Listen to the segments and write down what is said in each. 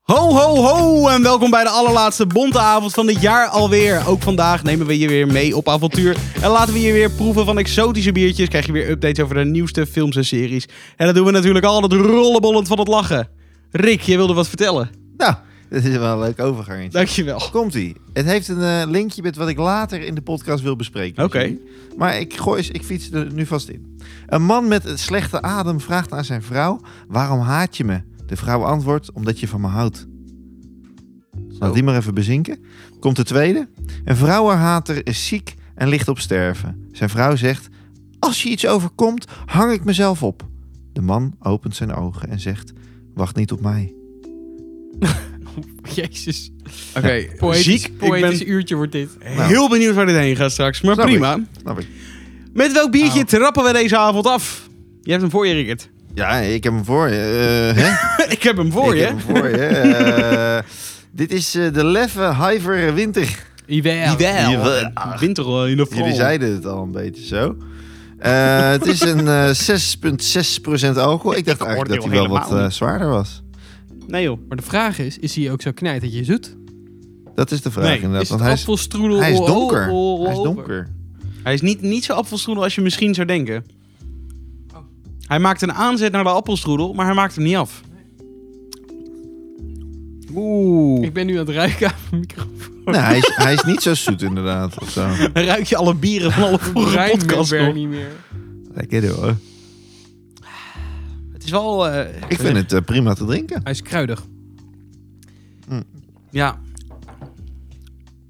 Ho, ho, ho en welkom bij de allerlaatste bonte avond van dit jaar alweer. Ook vandaag nemen we je weer mee op avontuur en laten we je weer proeven van exotische biertjes. Krijg je weer updates over de nieuwste films en series. En dat doen we natuurlijk altijd rollenbollend van het lachen. Rick, je wilde wat vertellen. Nou, dit is wel een leuk overgangetje. Dankjewel. Komt ie. Het heeft een eh, linkje met wat ik later in de podcast wil bespreken. Oké. misschien. Maar ik, gooi, eens- ik fiets er nu vast in. Een man met een slechte adem vraagt aan zijn vrouw: Waarom haat je me? De vrouw antwoordt: Omdat je van me houdt. Laat die maar even bezinken. Komt de tweede. Een vrouwenhater is ziek en ligt op sterven. Zijn vrouw zegt: Als je iets overkomt, hang ik mezelf op. De man opent zijn ogen en zegt: Wacht niet op mij. Jezus. Oké, Poëtisch, ziek. poëtisch Ik uurtje wordt dit. ben heel benieuwd waar dit heen gaat straks, maar Snap ik. prima. Snap ik. Met welk biertje Oh. trappen we deze avond af? Je hebt hem voor je, Rickert. Ja, ik heb hem voor je. eh, hè? ik heb hem voor ik je. heb hem voor je. Eh, dit is eh, de Leffe Hyver Winter. Jawel. Jawel. Jawel. Winter eh, in de fall. Jullie zeiden het al een beetje zo. Eh, het is een eh 6,6% alcohol. Ik dacht Ik eigenlijk dat oordeel hij wel wat helemaal eh, zwaarder was. Nee joh. Maar de vraag is, is hij ook zo knijt dat je zoet? Dat is de vraag Nee, inderdaad. Is het Want hij is, appelstroedel? hij is all donker. over? Hij is donker. Hij is niet, niet zo appelstroedel als je misschien zou denken. Oh. Hij maakt een aanzet naar de appelstroedel, maar hij maakt hem niet af. Oeh. Ik ben nu aan het ruiken aan mijn microfoon. Nou, hij, is, hij is niet zo zoet inderdaad. Of zo. Dan ruik je alle bieren van alle vorige Ruim podcasts weer nog. niet meer. Lekker hoor. Het is wel... eh, Ik vind het eh, prima te drinken. Hij is kruidig. Mm. Ja.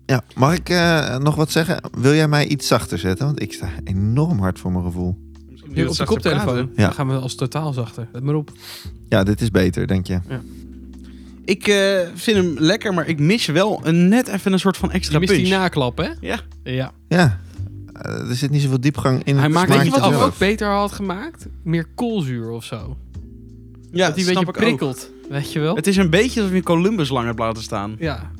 Ja, mag ik eh, nog wat zeggen? Wil jij mij iets zachter zetten? Want ik sta enorm hard voor mijn gevoel. Nu op de koptelefoon. Ja. Dan gaan we als totaal zachter. Let maar op. Ja, dit is beter, denk je. Ik eh, vind hem lekker, maar ik mis wel een, net even een soort van extra Je mist die punch. naklap, hè? Ja. Ja. Ja, Eh, er zit niet zoveel diepgang in. Hij het maakt, weet je wat smaakje hij zelf. ook beter had gemaakt? Meer koolzuur of zo. Ja, dat die snap een beetje ik ook. prikkelt. Weet je wel? Het is een beetje alsof je Columbus lang hebt laten staan. Ja.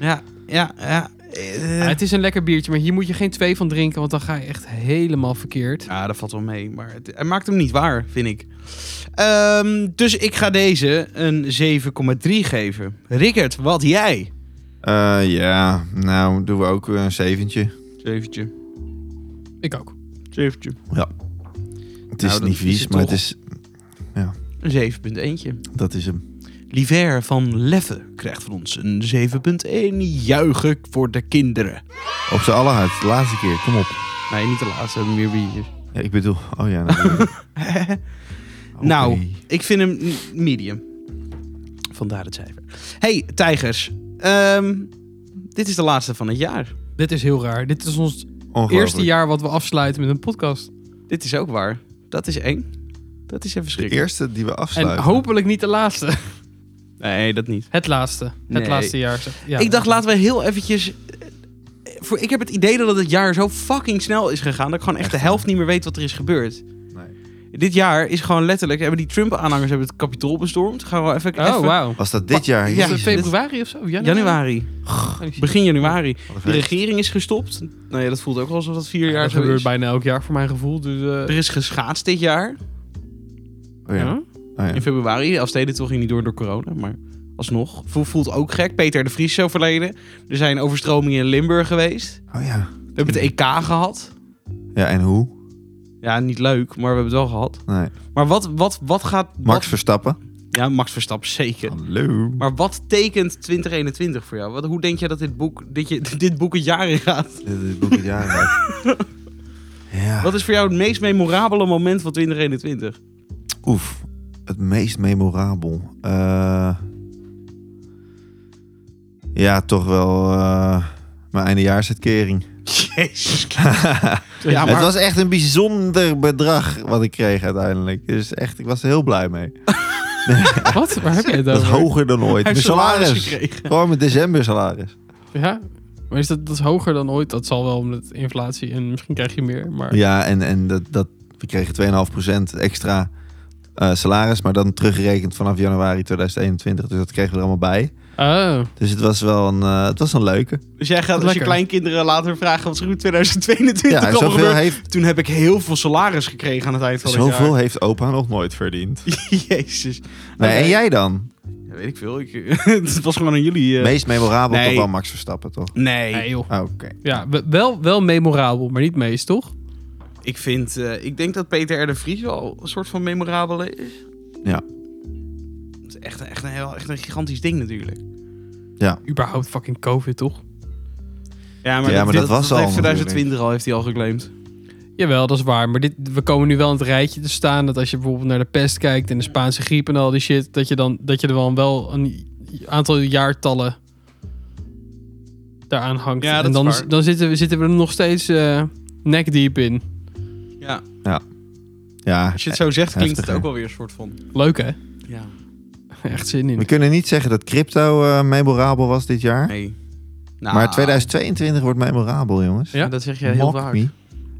Ja, ja, ja. eh. Ja, het is een lekker biertje, maar hier moet je geen twee van drinken, want dan ga je echt helemaal verkeerd. Ja, dat valt wel mee. Maar het, hij maakt hem niet waar, vind ik. Ehm, dus ik ga deze een 7,3 geven. Rickert, wat jij? Eh, ja, nou doen we ook een zeventje. Zeventje. Ik ook. Zeventje. Het Nou, is dat niet is vies, het maar toch. het is, Een 7,1. dat is hem. Liver van Leffe krijgt van ons een 7,1. Juichen voor de kinderen. Op z'n allen hard. De laatste keer, kom op. Nee, niet de laatste. we hebben meer biertjes. Ja, ik bedoel, oh ja. natuurlijk. Oké. Nou. Ik vind hem n- medium. Vandaar het cijfer. hey, tijgers. Ehm, dit is de laatste van het jaar. Dit is heel raar. Dit is ons Ongelooflijk. eerste jaar wat we afsluiten met een podcast. Dit is ook waar. Dat is eng. Dat is even De schrikken. eerste die we En afsluiten. hopelijk niet de laatste. Nee, dat niet. Het laatste. Het Nee. laatste jaar. zeg- Ja. ik dacht, laten we heel eventjes... eh, Voor, ik heb het idee dat het jaar zo fucking snel is gegaan... dat ik gewoon echt, Echt, de helft niet meer weet wat er is gebeurd. Nee. Dit jaar is gewoon letterlijk... hebben die Trump-aanhangers hebben het kapitool bestormd. Gaan we wel even... Oh, even- wauw. Was dat dit jaar? Ja. Ja, Jezus. februari of zo? Januari? Oh, Januari. Begin januari. Wat een De feest. regering is gestopt. Nou ja, dat voelt ook wel alsof dat vier Ja, jaar dat zo gebeurt is. bijna elk jaar voor mijn gevoel. Dus, eh, Er is geschaatst dit jaar. Oh ja. Oh ja. In februari. De Elfsteden toch ging niet door door corona, maar alsnog. Vo- Voelt ook gek. Peter de Vries zo verleden. Er zijn overstromingen in Limburg geweest. Oh ja. We hebben het EK gehad. Ja, en hoe? Ja, niet leuk, maar we hebben het wel gehad. Nee. Maar wat, wat, wat gaat... Max wat- Verstappen. ja, Max Verstappen, zeker. Hallo. Maar wat tekent 2021 voor jou? Wat, hoe denk je dat dit boek, dit, je, dit boek het jaar in gaat? Dit is boek het jaar. uit. ja. Wat is voor jou het meest memorabele moment van 2021? Oef, het meest memorabel. Eh, ja, toch wel eh, mijn eindejaarsuitkering. Jezus. ja, maar Het was echt een bijzonder bedrag wat ik kreeg uiteindelijk. Dus echt, ik was er heel blij mee. wat? Waar heb je het Dat is over? hoger dan ooit. hij Mijn heeft salaris salaris. gekregen. Gewoon mijn december salaris. Ja? Maar is dat, dat is hoger dan ooit? Dat zal wel omdat inflatie en misschien krijg je meer. Maar Ja, en, en dat, dat, we kregen 2,5% extra eh, salaris, maar dan teruggerekend vanaf januari 2021. Dus dat kregen we er allemaal bij. Oh. Dus het was wel een, eh, het was een leuke. Dus jij gaat als je Lekker. kleinkinderen later vragen wat ze in 2022 Ja, allemaal zoveel gebeurt. heeft, Toen heb ik heel veel salaris gekregen aan het eind van het zoveel jaar. heeft opa nog nooit verdiend. Jezus. Nee, Oké. En jij dan? Ja, weet ik veel. Ik, het was gewoon aan jullie. eh. Meest memorabel Nee. toch wel Max Verstappen, toch? Ah, Nee, Nee, joh. Oké. Ja, we- wel, wel memorabel, maar niet meest, toch? ik vind... eh, ik denk dat Peter R. de Vries wel een soort van memorabele is. Ja. Dat is echt, echt, een, heel, echt een gigantisch ding natuurlijk. Überhaupt fucking COVID, toch? Ja, maar dat was al heeft 2020 natuurlijk. al heeft hij al geclaimd. Jawel, dat is waar. Maar dit, we komen nu wel in het rijtje te staan dat als je bijvoorbeeld naar de pest kijkt en de Spaanse griep en al die shit, dat je, dan, dat je er dan wel een aantal jaartallen daaraan hangt. Ja, dat en is dan, waar. dan zitten, we, zitten we er nog steeds eh nek diep in. Ja, Ja. als je het zo zegt klinkt het Heftig, ook hè? wel weer een soort van... Leuk hè? Ja. Echt zin in. We kunnen niet zeggen dat crypto eh, memorabel was dit jaar. Nee. Nou. Maar 2022 wordt memorabel, jongens. Ja? Dat zeg je heel Mock vaak. me.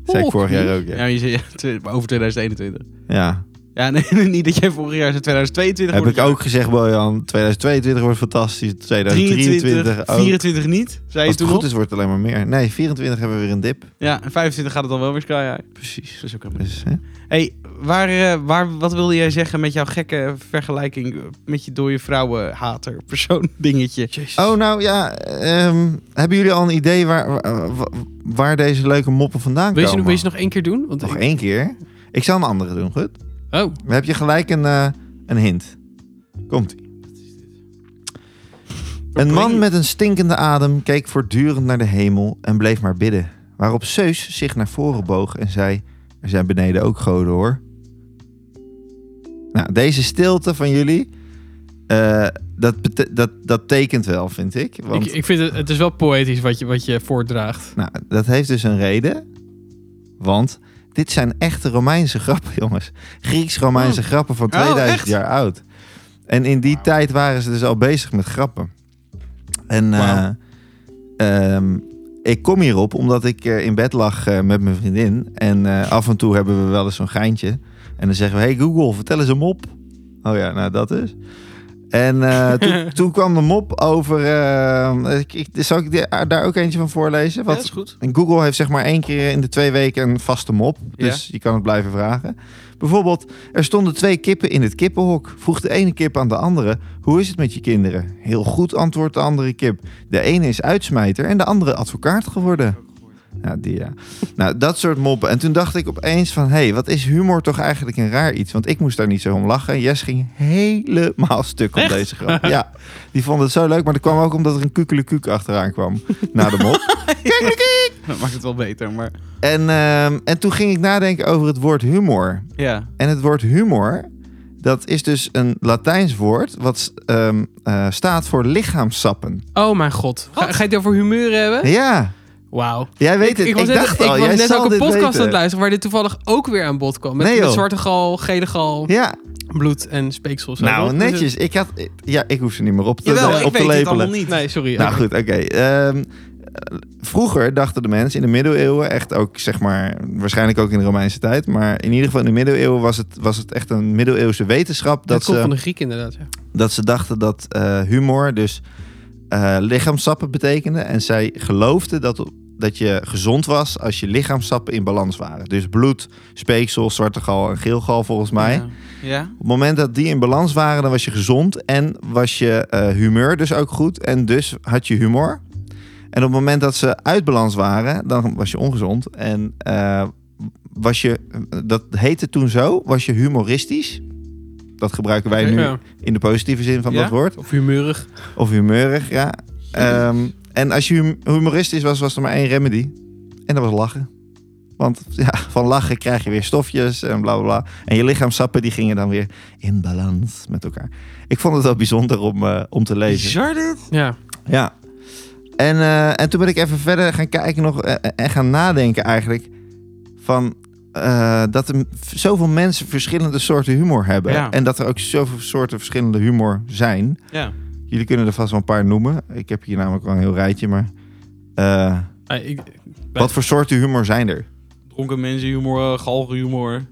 Zei ik Mock vorig me. jaar ook, ja. Ja, je zei- tw- maar over 2021. Ja. Ja, nee, niet dat jij vorig jaar zei 2022. Heb wordt ik het ook gezegd, Bojan, 2022 wordt fantastisch. 2023 23, ook. 24 niet, zei Als je het toen goed nog. is, wordt het alleen maar meer. Nee, 24 hebben we weer een dip. Ja, en 25 gaat het dan wel weer sky high. Precies. Dat is ook helemaal niet. Dus, hè? hey, waar, eh, waar, wat wilde jij zeggen met jouw gekke vergelijking eh, met je dode vrouwenhater persoon dingetje? Oh, nou ja. ehm, hebben jullie al een idee waar, waar, waar deze leuke moppen vandaan Wil je, ze komen? nog, wil je ze nog één keer doen? Want nog ik- één keer? Ik zal een andere doen, goed? Oh, Dan heb je gelijk een, eh, een hint. Komt-ie. Een man met een stinkende adem keek voortdurend naar de hemel en bleef maar bidden. Waarop Zeus zich naar voren boog en zei: Er zijn beneden ook goden hoor. Nou, deze stilte van jullie, eh, dat, bete- dat, dat tekent wel, vind ik. Want ik, ik vind het, het is wel poëtisch wat je, wat je voordraagt. nou, dat heeft dus een reden. Want dit zijn echte Romeinse grappen, jongens. Grieks-Romeinse grappen van Oh, 2000 echt? jaar oud. En in die tijd waren ze dus al bezig met grappen. En Wauw. eh, ehm, ik kom hierop omdat ik eh, in bed lag eh, met mijn vriendin. En eh, af en toe hebben we wel eens zo'n geintje. En dan zeggen we, hey Google, vertel eens een mop. Oh ja, nou dat is. En eh, toen, toen kwam de mop over... eh, ik, ik, zal ik die- daar ook eentje van voorlezen? Ja, Wat, dat is goed. en Google heeft zeg maar één keer in de twee weken een vaste mop. Dus je kan het blijven vragen. Bijvoorbeeld, er stonden twee kippen in het kippenhok. Vroeg de ene kip aan de andere, hoe is het met je kinderen? Heel goed, antwoordt de andere kip. De ene is uitsmijter en de andere advocaat geworden. Ja, die ja. nou, dat soort moppen. En toen dacht ik opeens van, hé, hey, wat is humor toch eigenlijk een raar iets? Want ik moest daar niet zo om lachen. Jes ging helemaal stuk op deze grap. Ja, die vond het zo leuk. Maar dat kwam ook omdat er een kukelekuuk achteraan kwam. Na de mop. Dat maakt het wel beter, maar En, ehm, en toen ging ik nadenken over het woord humor. ja. En het woord humor, dat is dus een Latijns woord... wat ehm, eh, staat voor lichaamsappen. Oh mijn god. Ga, ga je het over humeur hebben? Ja, Wauw. jij weet het. Ik, was net, dacht ik al, was jij net zal ook een dit podcast aan weten. het luisteren waar dit toevallig ook weer aan bod kwam. Met, Nee, met joh. zwarte gal, gele gal, Ja, bloed en speeksel. zo, nou toch? netjes. Ik, had, ja, ik hoef ze niet meer op te, Jawel, ik op weet te het allemaal lepelen. niet. Nee, sorry. Nou Oké. goed, oké. Ehm, vroeger dachten de mensen in de middeleeuwen, echt ook zeg maar, waarschijnlijk ook in de Romeinse tijd, maar in ieder geval in de middeleeuwen was het, was het echt een middeleeuwse wetenschap. Dat Dat eh, komt ze, van de Griek inderdaad. Ja. dat ze dachten dat eh, humor dus eh lichaamsappen betekende. En zij geloofden dat, dat je gezond was als je lichaamsappen in balans waren. Dus bloed, speeksel, zwarte gal en geel gal volgens mij. Ja. Ja? Op het moment dat die in balans waren, dan was je gezond en was je eh, humeur dus ook goed. En dus had je humor. En op het moment dat ze uit balans waren, dan was je ongezond. En eh, was je, dat heette toen zo, was je humoristisch. Dat gebruiken wij Oké, nu Ja. in de positieve zin van Ja? dat woord. Of humeurig. Of humeurig, ja. Ehm, en als je hum- humoristisch was, was er maar één remedy. En dat was lachen. Want ja, van lachen krijg je weer stofjes en bla bla bla. En je lichaamsappen die gingen dan weer in balans met elkaar. Ik vond het wel bijzonder om, eh, om te lezen. Bizar dit? Ja. Ja. En, eh, en toen ben ik even verder gaan kijken nog, eh, en gaan nadenken eigenlijk. Van eh, dat er zoveel mensen verschillende soorten humor hebben. Ja. En dat er ook zoveel soorten verschillende humor zijn. Ja. Jullie kunnen er vast wel een paar noemen. Ik heb hier namelijk wel een heel rijtje, maar... eh, Ah, ik, wat voor soorten humor zijn er? Dronken mensenhumor, eh, galgenhumor.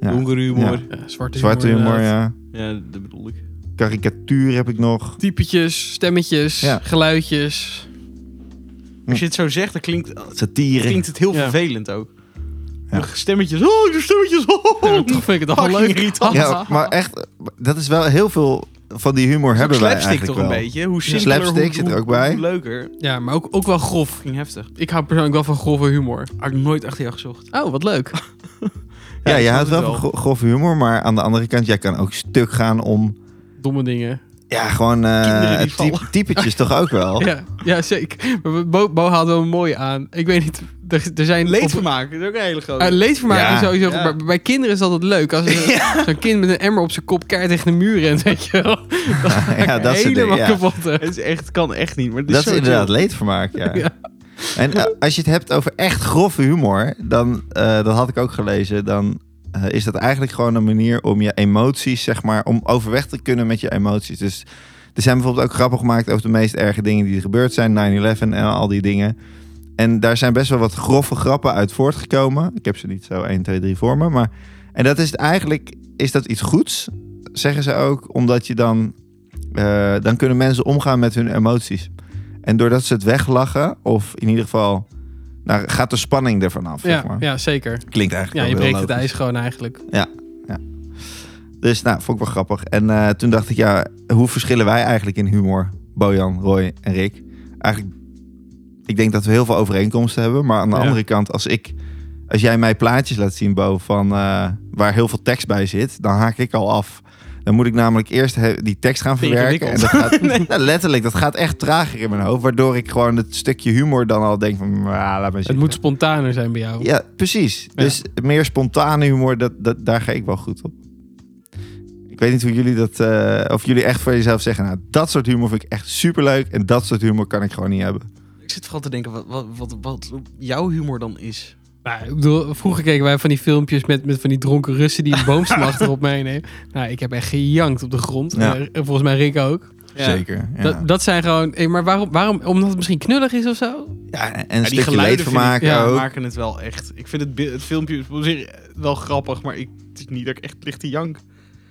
Ja. Hongerhumor. Ja. Ja, zwarte, Zwarte humor, inderdaad. ja. dat bedoel ik. Karikatuur heb ik nog. Typetjes, stemmetjes, Ja. geluidjes. Als je het zo zegt, dan klinkt, Satire. klinkt het heel Ja. vervelend ook. Ja. De Stemmetjes, oh, de stemmetjes, oh. Ja, maar toch vind ik het allemaal Fucking leuk. irritant. Ja, maar echt, dat is wel heel veel van die humor Ook hebben wij slapstick eigenlijk toch een wel. beetje? Hoe simpeler, Slapstick hoe, zit er hoe- ook bij. Hoe leuker. Ja, maar ook, ook wel grof. Ging heftig. Ik hou persoonlijk wel van grove humor. Had ik nooit achter jou gezocht. Oh, wat leuk. Ja, je ik houdt snap wel het van gro- grof humor, maar aan de andere kant, jij kan ook stuk gaan om, Domme dingen. ja, gewoon Kinderen eh die typ- typetjes toch ook wel. Ja, ja zeker. Maar Bo, Bo haalt wel een mooie aan. Ik weet niet, er, er zijn... op- Leedvermaak is ook een hele grote. Ah, leedvermaak Ja. is sowieso... Oh. Ja. Maar bij kinderen is dat het leuk. Als er- zo'n kind met een emmer op zijn kop keihard tegen de muur rent, weet je wel. ja, dat, soort dingen, Helemaal ja. kapot. hè. Het is echt, kan echt niet. Maar het dat is zo inderdaad chill. leedvermaak, ja. Ja. En eh, als je het hebt over echt grove humor, dan, eh, dat had ik ook gelezen, dan eh, is dat eigenlijk gewoon een manier om je emoties, zeg maar, om overweg te kunnen met je emoties. Dus er zijn bijvoorbeeld ook grappen gemaakt over de meest erge dingen die er gebeurd zijn, 9-11 en al die dingen. En daar zijn best wel wat grove grappen uit voortgekomen. Ik heb ze niet zo 1, 2, 3 voor me, maar... En dat is het eigenlijk, is dat iets goeds, zeggen ze ook, omdat je dan, eh, dan kunnen mensen omgaan met hun emoties. En doordat ze het weglachen, of in ieder geval, nou, gaat de spanning ervan af, zeg Ja, maar. ja, zeker. Klinkt eigenlijk Ja, je wel heel breekt het logisch. ijs gewoon eigenlijk. Dus nou, vond ik wel grappig. En eh, toen dacht ik, ja, hoe verschillen wij eigenlijk in humor? Bojan, Roy en Rick. Eigenlijk, ik denk dat we heel veel overeenkomsten hebben. Maar aan de Ja. andere kant, als ik... Als jij mij plaatjes laat zien, Bo, van, eh, waar heel veel tekst bij zit, dan haak ik al af. Dan moet ik namelijk eerst he- die tekst gaan Vind je verwerken. En dat gaat, nou, letterlijk, dat gaat echt trager in mijn hoofd. Waardoor ik gewoon het stukje humor dan al denk van, "Ah, laat maar Het zitten. moet spontaner zijn bij jou. Ja, precies. Ja. Dus meer spontane humor, dat, dat, daar ga ik wel goed op. Ik weet niet hoe jullie dat, eh, of jullie echt voor jezelf zeggen, nou, dat soort humor vind ik echt superleuk en dat soort humor kan ik gewoon niet hebben. Ik zit vooral te denken wat, wat, wat, wat jouw humor dan is. Nou, ik bedoel, vroeger keken wij van die filmpjes met, met van die dronken Russen die een boomstam achterop meenemen. Nou, ik heb echt gejankt op de grond. Ja. En, eh, volgens mij Rick ook. Zeker. Ja. Dat, dat zijn gewoon... eh, maar waarom, waarom? Omdat het misschien knullig is of zo? ja, en Ja, een die stukje geluiden vind ik, leedvermaak ja, We ook. maken het wel echt. Ik vind het, be- het filmpje is op zich wel grappig, maar ik, het is niet dat ik echt licht te jank.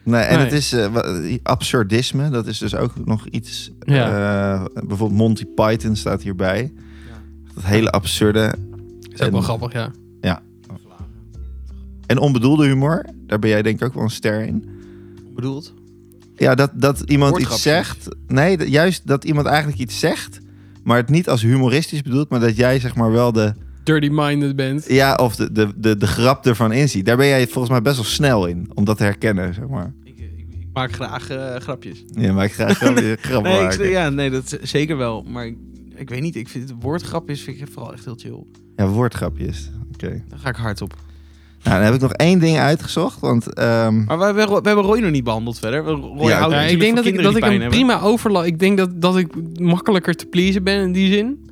Nee, en Nee. het is eh, wa- absurdisme, dat is dus ook nog iets. Ja. eh, bijvoorbeeld Monty Python staat hierbij. Dat hele absurde Is ook wel En- grappig, ja. en onbedoelde humor. Daar ben jij denk ik ook wel een ster in. Bedoeld? Ja, dat, dat iemand iets Woordgrapjes. zegt. Nee, dat- juist dat iemand eigenlijk iets zegt. Maar het niet als humoristisch bedoelt, maar dat jij zeg maar wel de, Dirty-minded bent. ja, of de, de, de, de grap ervan inziet. Daar ben jij volgens mij best wel snel in, om dat te herkennen, zeg maar. Ik, ik, ik maak graag eh, grapjes. Ja, maar ik graag wel weer grappen Nee, ik, maken. ja, nee, dat z- zeker wel. Maar ik, ik weet niet, ik vind het woordgrap is vind ik vooral echt heel chill. Ja, woordgrapjes. Oké. Daar ga ik hard op. Nou, dan heb ik nog één ding uitgezocht, want... ehm, Maar we, hebben Roy- we hebben Roy nog niet behandeld verder. We- Roy Ja, houdt Ja, natuurlijk ik denk dat van ik, kinderen dat ik die pijn een hebben. prima overlap... Ik denk dat, dat ik makkelijker te pleasen ben in die zin.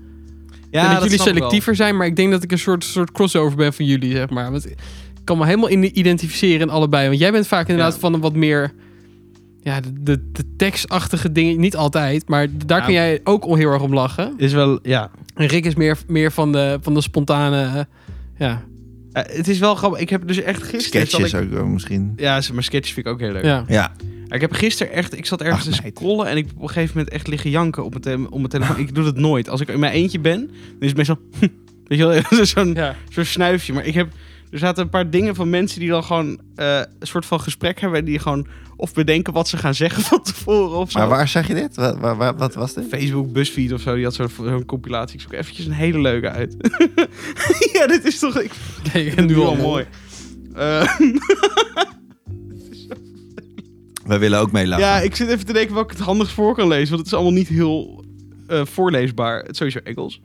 Ja, en dat, jullie snap ik wel. selectiever zijn, maar ik denk dat ik een soort, soort crossover ben van jullie, zeg maar. Want ik kan me helemaal in identificeren in allebei. Want jij bent vaak inderdaad Ja. van een wat meer... Ja, de, de, de tekstachtige dingen, niet altijd, maar d- daar Ja. kun jij ook al heel erg om lachen. Is wel, ja. En Rick is meer, meer van, de, van de spontane... eh, ja, Eh, het is wel grappig. Ik heb dus echt gisteren... zat sketches ik- ook wel misschien. Ja, maar sketches vind ik ook heel leuk. ja. Ja, Ik heb gisteren echt, ik zat ergens Ach, te meid. scrollen en ik heb op een gegeven moment echt liggen janken op mijn, tele- op mijn telefoon. ik doe dat nooit. Als ik in mijn eentje ben, dan is het meestal, weet je wel, zo'n ja. zo'n snuifje. Maar ik heb, er zaten een paar dingen van mensen die dan gewoon eh, een soort van gesprek hebben. En die gewoon of bedenken wat ze gaan zeggen van tevoren of zo. maar waar zag je dit? Wat, waar, waar- wat was dit? Facebook, BuzzFeed of zo, die had zo'n zo'n compilatie. Ik zoek eventjes een hele leuke uit. ja, dit is toch, ik Kijk, vind nu het al wel mooi. Eh, Wij willen ook meelachen. Ja, ik zit even te denken wat ik het handigst voor kan lezen. Want het is allemaal niet heel eh, voorleesbaar. Het is sowieso Engels.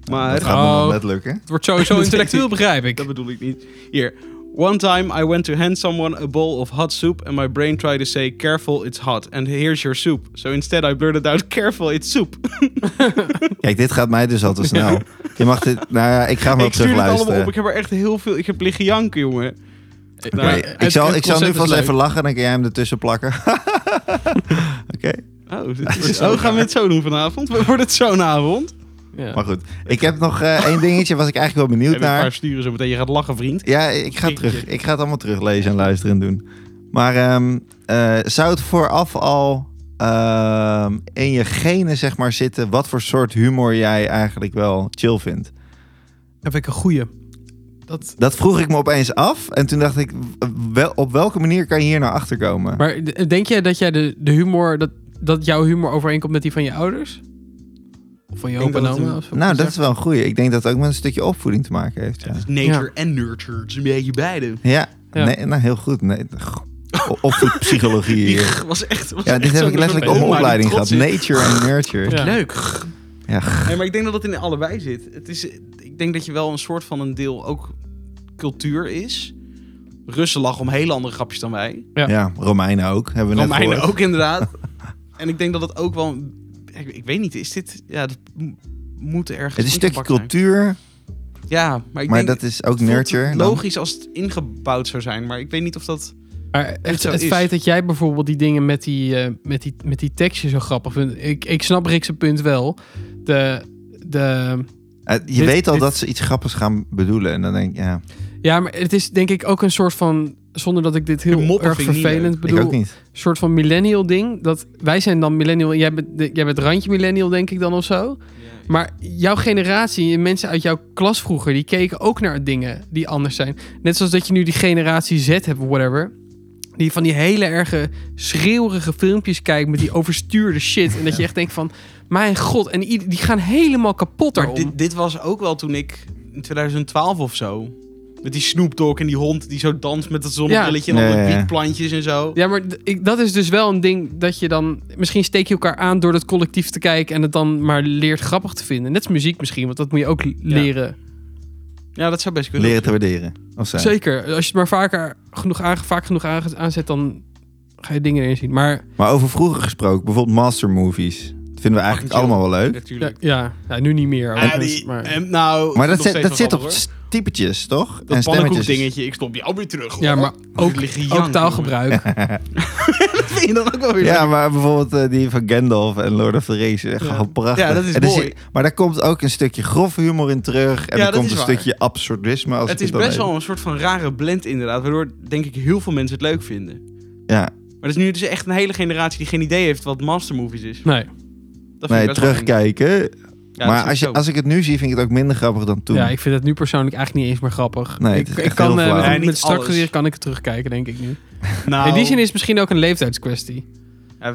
dat Maar gaat me wel Oh. net lukken. Het wordt sowieso intellectueel, begrijp ik. dat bedoel ik niet. Hier. One time I went to hand someone a bowl of hot soup and my brain tried to say careful it's hot and here's your soup. So instead I blurted out careful it's soup. Kijk, dit gaat mij dus al te snel. Je mag dit... Nou ja, ik ga hem wel ik stuur terug het allemaal luisteren. op. Ik heb er echt heel veel. Ik heb liggen janken, jongen. Nou, Oké, het- ik zal, het ik zal nu concept is vast leuk. even lachen, dan kan jij hem ertussen plakken. Oké. Nou, Oh, dit is- oh, gaan we het zo doen vanavond? Wordt het zo'n avond? Ja. Maar goed, ik heb nog eh, één dingetje, was ik eigenlijk wel benieuwd Heb ik een paar naar. sturen zo meteen. Je gaat lachen, vriend. Ja, ik ga, terug, ik ga het allemaal teruglezen en luisteren en doen. Maar ehm, eh, zou het vooraf al ehm, in je genen zeg maar, zitten wat voor soort humor jij eigenlijk wel chill vindt? Heb ik een goeie. Dat, Dat vroeg ik me opeens af. En toen dacht ik, wel, op welke manier kan je hier nou achterkomen? maar d- denk jij dat jij de, de humor, dat, dat jouw humor overeenkomt met die van je ouders? Of van je Ik denk opa en dat het oma? een- of zo? nou, dat is wel een goeie. Ik denk dat het ook met een stukje opvoeding te maken heeft. Ja, Het is nature en nurture. Het is een beetje beide. ja. Ja. Nee, nou heel goed. Nee, goh. O- opvoedpsychologie Die hier. was echt... Was Ja, echt dit heb zo'n- ik letterlijk zo'n op mijn oma die opleiding trots gehad. Nature en nurture. is. Ja. Leuk. Ja, Nee, maar ik denk dat dat in allebei zit. Het is, ik denk dat je wel een soort van een deel ook cultuur is. Russen lachen om hele andere grapjes dan wij. Ja. ja, Romeinen ook. Hebben we net Romeinen gehoord. ook inderdaad. en ik denk dat het ook wel... een- Ik, ik weet niet, is dit... Ja, dat m- moet ergens Het is een stukje ingepakt zijn. cultuur, Ja, maar ik maar denk... dat is ook het voelt nurture. dan. Logisch als het ingebouwd zou zijn, maar ik weet niet of dat... Maar echt het, zo het is. feit dat jij bijvoorbeeld die dingen met die, eh, met die, met die tekstjes zo grappig vindt. Ik, ik snap Rick zijn punt wel. De, de, Eh, je Dit- weet al dit- dat ze iets grappigs gaan bedoelen. En dan denk je, ja, ja, maar het is denk ik ook een soort van, zonder dat ik dit De heel moppen erg vind ik niet vervelend leuk. ik ook bedoel, een niet. soort van millennial ding. Dat wij zijn dan millennial, jij bent, de- jij bent randje millennial denk ik dan of zo. Maar jouw generatie, mensen uit jouw klas vroeger, die keken ook naar dingen die anders zijn. Net zoals dat je nu die generatie Z hebt, whatever. Die van die hele erge schreeuwerige filmpjes kijkt met die overstuurde shit. En dat je echt denkt van, mijn god. En ieder- die gaan helemaal kapot Maar daarom. dit, dit was ook wel toen ik in 2012 of zo... Met die Snoop Dogg en die hond die zo danst met dat zonnebrilletje... Ja. en Ja, alle ja, ja. wietplantjes en zo. Ja, maar d- ik, dat is dus wel een ding dat je dan... Misschien steek je elkaar aan door het collectief te kijken... en het dan maar leert grappig te vinden. Net als muziek misschien, want dat moet je ook l- leren. Ja, dat zou best kunnen. Leren te waarderen. Of zo. Zeker. Als je het maar vaker genoeg, aange, vaak genoeg aange- aanzet, dan ga je dingen erin zien. Maar Maar over vroeger gesproken, bijvoorbeeld master movies. Dat vinden we eigenlijk Fucking allemaal wel leuk. ja, Natuurlijk. eh, ja, ja, nu niet meer. Ah, overigens, die- maar, em, nou, dus Maar dat nog zit, steeds dat wel zit op grappig, hoor. typetjes, toch? Dat pannenkoek dingetje, ik stop jou weer terug. hoor. ja, maar ook, liggen ook janken, taalgebruik. Dat vind je dan ook wel weer Ja, maar bijvoorbeeld eh, die van Gandalf en Lord of the Rings. Echt Ja. wel prachtig. Ja, dat is En er mooi. zit- maar daar komt ook een stukje grof humor in terug. En Ja, er dat komt is waar. een stukje absurdisme. Als Het ik is dan best even- wel een soort van rare blend inderdaad, waardoor denk ik heel veel mensen het leuk vinden. Ja, Maar er is nu dus echt een hele generatie die geen idee heeft wat mastermovies is. Nee, Dat vind ik nee, best wel eng. terugkijken. Ja, dat maar is als, je, ook als ik het nu zie, vind ik het ook minder grappig dan toen. ja, ik vind het nu persoonlijk eigenlijk niet eens meer grappig. Nee, het ik, is ik echt kan heel eh, flauw. Nee, met, niet met strak alles. gezicht kan ik het terugkijken, denk ik nu. zo. Nou, In die zin is het misschien ook een leeftijdskwestie. ja,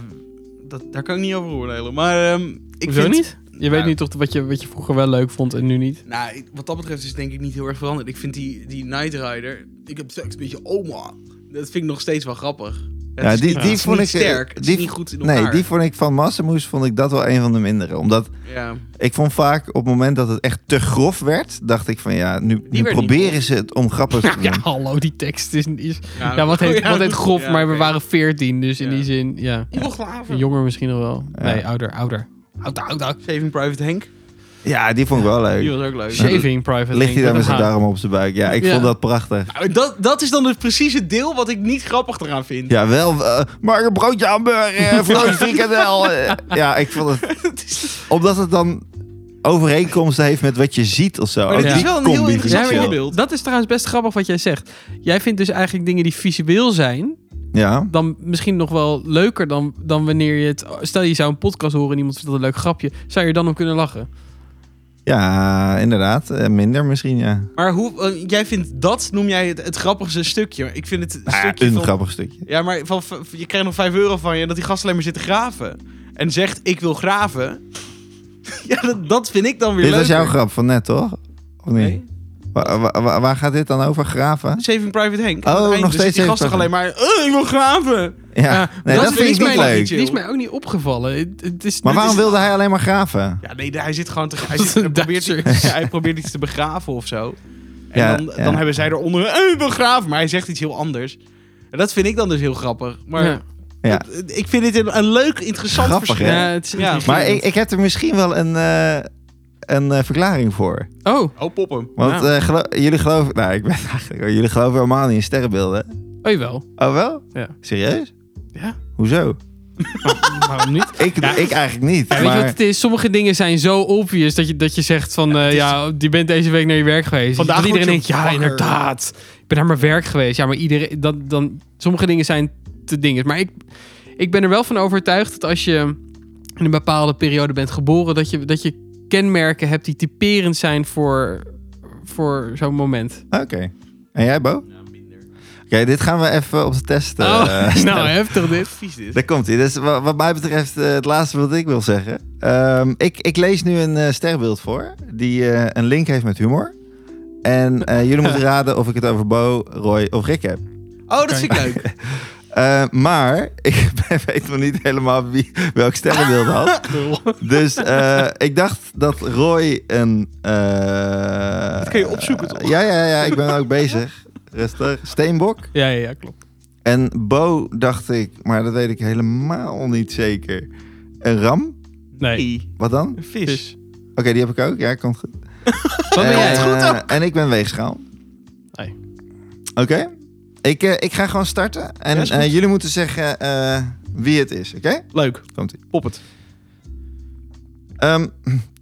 dat, daar kan ik niet over oordelen. Maar ehm, ik Hoezo vind... niet? Je weet Nou. nu toch wat je, wat je vroeger wel leuk vond en nu niet. Nou, ik- wat dat betreft is het denk ik niet heel erg veranderd. Ik vind die, die Knight Rider... Ik heb seks met je oma. Dat vind ik nog steeds wel grappig. Het Ja, is die- niet- die het is vond niet ik- sterk. Het die- is niet goed in elkaar. Nee, die vond ik van Mastermoes vond ik dat wel een van de mindere. Omdat Ja. ik vond vaak op het moment dat het echt te grof werd, dacht ik van ja, nu, nu werd niet proberen ze het om grappig te Ja, doen. hallo, die tekst is... is ja, wat heet, Oh Ja, wat heet goed. grof, Ja, maar we oké. waren veertien, dus in Ja. die zin, ja. Joegoslaven. Jonger misschien nog wel. Ja. Nee, ouder, ouder. Ouder, ouder. Saving Private Henk. Ja, die vond ik wel leuk. Die was ook leuk. Shaving private. Ligt hij Link, daar met met een zijn H. darm op zijn buik? Ja, ik Ja. vond dat prachtig. Nou, dat, dat is dan dus precies het deel wat ik niet grappig eraan vind. Ja, wel. eh, maar een broodje hamburger, eh, vlootje frikandel. eh. ja, ik vond het... Omdat het dan overeenkomsten heeft met wat je ziet of zo. Maar Ook dit is oh, die wel een combi heel vind ik interessant Ja, maar chill. voorbeeld. dat is trouwens best grappig wat jij zegt. Jij vindt dus eigenlijk dingen die visueel zijn, Ja, dan misschien nog wel leuker dan, dan wanneer je het. Stel je zou een podcast horen en iemand vertelt een leuk grapje, zou je er dan om kunnen lachen? ja, inderdaad. eh, minder misschien, ja. Maar hoe, eh, jij vindt dat, noem jij het, het grappigste stukje. Ik vind het Nou ja, stukje een van... grappig stukje. Ja, maar van, van- je krijgt nog 5 euro van je dat die gast alleen maar zit te graven. En zegt, ik wil graven. ja, dat, dat vind ik dan weer Dit was leuker. jouw grap van net, toch? Of niet? Wa- wa- wa- waar gaat dit dan over? Graven? Saving Private Hank. Oh, Aan het nog einde steeds zit die gast toch alleen Saving maar, "Eh, ik wil graven. Ja, nee, Ja, Ah, dat is- dat, vind ik is mij niet leuk. niet- Die is mij ook niet opgevallen. Het, het is, Maar dit waarom is- wilde hij alleen maar graven? Ja, nee, hij zit gewoon te... Hij, Dat zit, is een hij probeert, Duitser. iets- ja, hij probeert iets te begraven of zo. En Ja, dan, dan ja. hebben zij eronder... "Eh, ik wil graven, maar hij zegt iets heel anders. En dat vind ik dan dus heel grappig. Maar Ja. Ja. het- ik vind dit een, een leuk, interessant Grappig, verschil. hè? Ja, het is Ja. intrigerend. Maar ik, ik heb er misschien wel een, eh, een eh, verklaring voor. Oh, Oh, poppen. Want eh, gelo- jullie geloven... Nou, ik ben eigenlijk... Jullie geloven helemaal niet in sterrenbeelden. oh wel. Oh wel? Ja. Serieus? Ja. Hoezo? Waarom niet? Ik, Ja. ik eigenlijk niet. Ja, weet je maar wat het is? Sommige dingen zijn zo obvious dat je, dat je zegt van... eh, Ja, je bent deze week naar je werk geweest. Vandaag dat iedereen word denkt, je ja, wakker. inderdaad. Ik ben naar mijn werk geweest. Ja, maar iedereen... Dat, dan, sommige dingen zijn te dingen. Maar ik, ik ben er wel van overtuigd dat als je in een bepaalde periode bent geboren... dat je, dat je kenmerken hebt die typerend zijn voor, voor zo'n moment. Oké. En jij, Bo? Ja, minder. Oké, dit gaan we even op de test. eh, oh, stellen. nou, heftig dit. Vies dit. Daar komt hij. Dus wat, wat mij betreft eh, het laatste wat ik wil zeggen. Ehm, ik, ik lees nu een eh, sterrenbeeld voor die eh, een link heeft met humor. En eh, jullie moeten raden of ik het over Bo, Roy of Rick heb. Oh, dat vind ik leuk. Eh, maar ik weet nog niet helemaal wie, welk sterrenbeeld had. Dus eh, ik dacht dat Roy een... eh, Dat kun je opzoeken, toch? Ja, ja, ja. Ik ben ook bezig. Rustig. Steenbok. Ja, ja, ja, klopt. En Bo dacht ik, maar dat weet ik helemaal niet zeker. Een ram? Nee, Hey, Wat dan? een vis. vis. Oké, die heb ik ook. Ja, komt goed. Wat ben jij? Eh, En ik ben weegschaal. Hey. Oké. Ik, eh, ik ga gewoon starten. En Ja, is goed. eh, jullie moeten zeggen eh, wie het is, oké? Leuk. Komt-ie. Pop het. Ehm,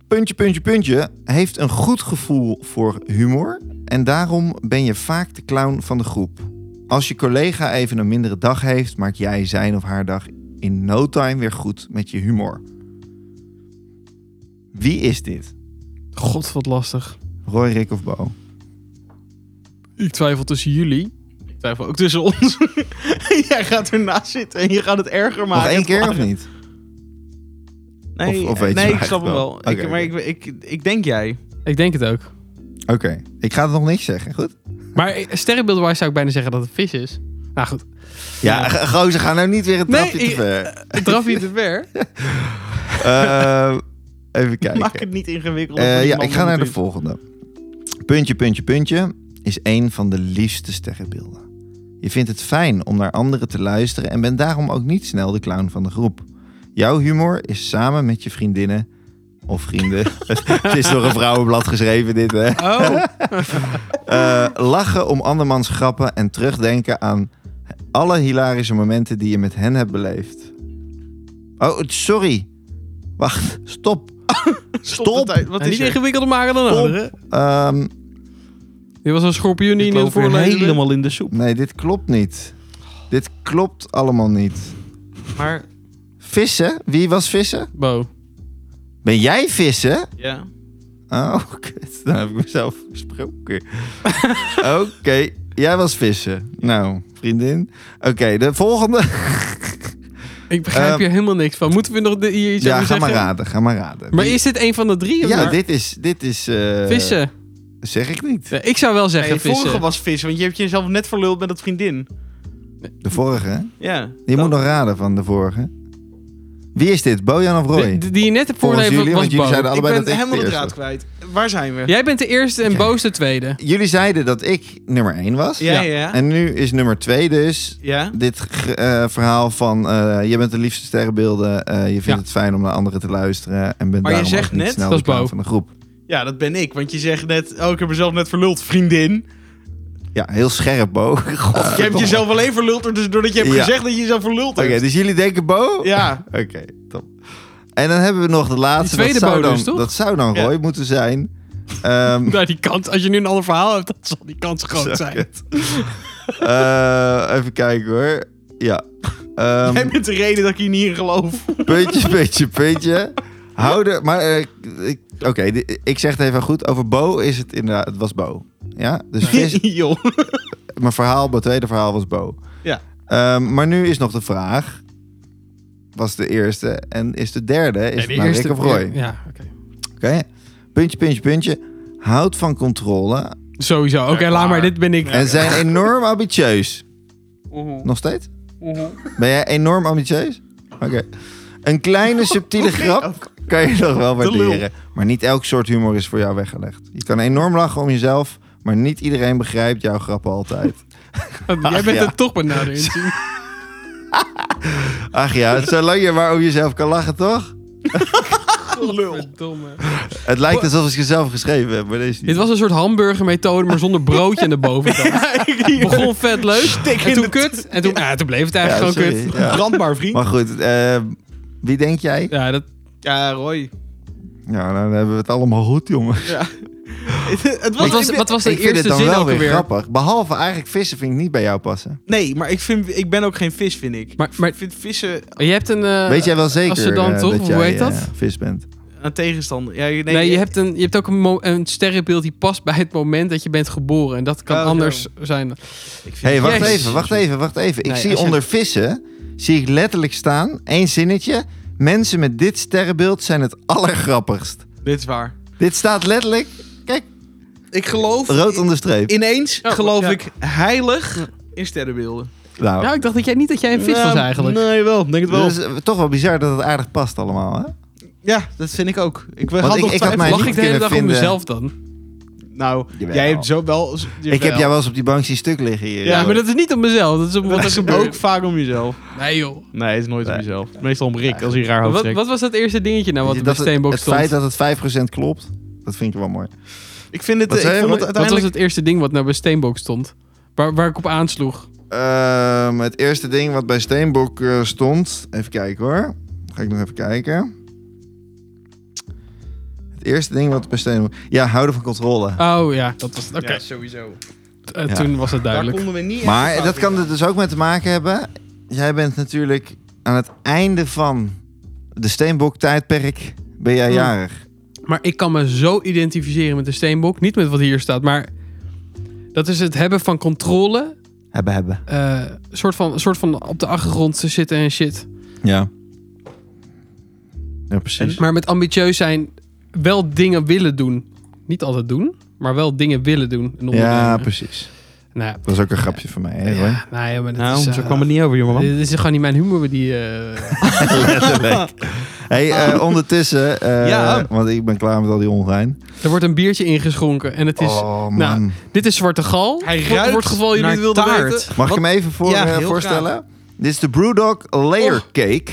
puntje, puntje, puntje heeft een goed gevoel voor humor. En daarom ben je vaak de clown van de groep. Als je collega even een mindere dag heeft, maak jij zijn of haar dag in no time weer goed met je humor. Wie is dit? God, wat lastig. Roy, Rick of Bo? Ik twijfel tussen jullie. Ik twijfel ook tussen ons. Jij gaat ernaast zitten en je gaat het erger maken. Nog één keer of niet? Nee, Of- of weet je nee hem ik snap eigenlijk hem wel. wel? Ik- Oké, maar Ik, ik, ik denk jij. Ik denk het ook. Oké, ik ga er nog niks zeggen, goed? Maar eh, sterrenbeeldwijs zou ik bijna zeggen dat het vis is. Nou goed, Ja, g- gozer, ga nou niet weer een Nee, trapje te ik- ver. het draf je te ver. Ehm, even kijken. Maak het niet ingewikkeld. Eh, ja, ik ga naar de volgende. Puntje, puntje, puntje is een van de liefste sterrenbeelden. Je vindt het fijn om naar anderen te luisteren en bent daarom ook niet snel de clown van de groep. Jouw humor is samen met je vriendinnen of vrienden. het is door een vrouwenblad geschreven, dit hè. Oh, Eh, lachen om andermans grappen en terugdenken aan alle hilarische momenten die je met hen hebt beleefd. Oh, sorry. Wacht, stop. Stop. Wat en is niet er? ingewikkelder maken dan anderen. Ehm, Dit was een schorpioen die Ik in het loop weer voorlezen. werd. helemaal in de soep. Nee, dit klopt niet. Dit klopt allemaal niet. Maar, Vissen? Wie was vissen? Bo. Ben jij vissen? ja. Oh, kut. Dan heb ik mezelf gesproken. Oké, jij was vissen. Nou, vriendin. Oké, de volgende. Ik begrijp Eh, hier helemaal niks van. Moeten we nog de- hier iets ja, over ga zeggen? maar raden, ga maar raden. Maar Wie- is dit een van de drie? of Ja, maar- dit is... Dit is eh, Vissen. Zeg ik niet. Nee, ik zou wel zeggen Nee, de vissen. vorige was vis, want je hebt jezelf net verluld met dat vriendin. De vorige, hè? Ja. Je moet nog raden van de vorige. Wie is dit? Bojan of Roy? De- de- die je net hebt Volgens voorlezen jullie, was want jullie Bo. zeiden Ik allebei ben dat ik helemaal de eerste draad kwijt. Waar zijn we? Jij bent de eerste en Ja. Boos de tweede. Jullie zeiden dat ik nummer 1 was. Ja, ja. En nu is nummer 2 dus Ja? dit g- eh, verhaal van eh, je bent de liefste sterrenbeelden. eh, je vindt Ja. het fijn om naar anderen te luisteren. En bent Maar je daarom zegt ook niet net, snel dat de is Bo. clown van de groep. Ja, dat ben ik. Want je zegt net, oh, ik heb mezelf net verluld, vriendin. Ja, heel scherp, Bo. Je hebt jezelf alleen verluld door- doordat je hebt Eh, Ja. gezegd dat je jezelf verluld Oké, hebt. dus jullie denken Bo? Ja. Oké, top. En dan hebben we nog de laatste. Die tweede dat, zou Bo dan, dus, toch? dat zou dan Ja. Roy moeten zijn. Ehm, Nou, die kans, als je nu een ander verhaal hebt, dan zal die kans groot Zo, zijn. kut. Eh, even kijken hoor. Ja. Ehm, Jij bent de reden dat ik hier niet in geloof. Puntje, puntje, puntje. Houden, maar eh, ik- oké, di- ik zeg het even goed. Over Bo is het inderdaad, het was Bo. Ja, dus vis- Joh. mijn verhaal, mijn tweede verhaal was Bo. Ja. Ehm, maar nu is nog de vraag, was de eerste en is de derde, is Nee, het de nou Rick of Roy? Ja, oké. Oké, puntje, puntje, puntje. Houdt van controle Sowieso. Oké, Ja, laat maar. maar- Dit ben ik. en zijn enorm ambitieus. Nog steeds? Ben jij enorm ambitieus? Oké. Een kleine subtiele grap kan je nog lul. wel waarderen. Maar niet elk soort humor is voor jou weggelegd. Je kan enorm lachen om jezelf, maar niet iedereen begrijpt jouw grappen altijd. Jij bent ja. er toch met nader inzien. Ach ja, zolang je maar om jezelf kan lachen, toch? Lul. Verdomme. Het lijkt alsof ik ze zelf geschreven heb, maar deze niet. Dit was een soort hamburgermethode, maar zonder broodje aan de bovenkant. Het begon vet leuk. Stik en in toen de kut. En toen, ah, toen bleef het eigenlijk Ja, gewoon sorry. kut. Ja. Brandbaar, vriend. Maar goed, eh, wie denk jij? Ja, dat, Ja, Roy. Ja, nou, dan hebben we het allemaal goed, jongen. het wat, was, was, wat was de ik vind het eerste dan zin wel ook weer weer? grappig. Behalve eigenlijk vissen vind ik niet bij jou passen. Nee, maar ik, vind, ik ben ook geen vis, vind ik. Maar- maar- ik vind vissen Je hebt een... eh, Weet jij wel zeker dan eh, toch, dat hoe jij heet dat? eh, vis bent? een tegenstander. Ja, nee, Nee, je, hebt een, je hebt ook een, mo- een sterrenbeeld die past bij het moment dat je bent geboren. En dat kan Oh, anders zijn. Ik vind- hey, wacht Jezus. even, wacht even, wacht even. Ik Nee, zie als je- onder vissen, zie ik letterlijk staan, één zinnetje. Mensen met dit sterrenbeeld zijn het allergrappigst. Dit is waar. Dit staat letterlijk, kijk, Ik geloof... rood onderstreep. Ineens Oh, geloof ja. ik heilig in sterrenbeelden. Nou, Nou, ik dacht dat jij niet dat jij een vis was Nou, eigenlijk. Nee, wel. Denk het wel. dat is eh, toch wel bizar dat het aardig past allemaal, hè? Ja, dat vind ik ook. Ik Want had ik- nog ik had twijfel- mij Lach niet ik de hele kunnen dag om vinden. mezelf dan? Nou, Jawel. jij hebt zo wel... Ik heb jou wel eens op die bank zien stuk liggen hier. Ja, hoor. maar dat is niet om mezelf. Dat is om wat er Het is ook gebeurt. vaak om jezelf. Nee joh. Nee, het is nooit Nee. om jezelf. Het is Meestal om Rick, als hij raar hoofd Wat, trekt. wat was dat eerste dingetje nou wat Oh, Dat op de het- steenbok het stond? feit dat het 5% klopt, dat vind ik wel mooi. Ik vind het... Wat eh, zei Ik vond het je, Roy? Wat was uiteindelijk... het eerste ding wat nou bij Steenbok stond? Waar, waar ik op aansloeg. Ehm, het eerste ding wat bij Steenbok eh, stond. Even kijken hoor. Ga ik nog even kijken. Het eerste ding wat bij Steenbok. Ja, houden van controle. Oh ja, dat was. Oké, Ja, sowieso. Eh, Ja. toen was het Daar duidelijk. konden we niet echt maar fout dat in kan gaan. er dus ook mee te maken hebben. Jij bent natuurlijk aan het einde van de Steenbok-tijdperk. Ben jij Hm. jarig? Maar ik kan me zo identificeren met de Steenbok. Niet met wat hier staat, maar dat is het hebben van controle. Hebben, hebben. eh soort, van, soort van op de achtergrond te zitten en shit. Ja. Ja, precies. Maar met ambitieus zijn, wel dingen willen doen. Niet altijd doen, maar wel dingen willen doen. Ja, en ondernemen. precies. nou, ja. Dat is ook een grapje van mij, hè, Roy? Ja, nou ja, maar dat Nou, is, zo eh, kwam het niet over, jongeman. Dit is gewoon niet mijn humor. Die, eh, Letterlijk. Hey, eh, ondertussen, eh, Ah. Ja. want ik ben klaar met al die ongein. er wordt een biertje ingeschonken en het is... oh man. nou, Dit is Zwarte Gal. Hij Voor- ruikt voor het geval jullie naar het wilden taart. weten. Mag ik Wat- hem even voor, Ja, eh, heel Oh. voorstellen? Dit is de Brewdog Layer Cake.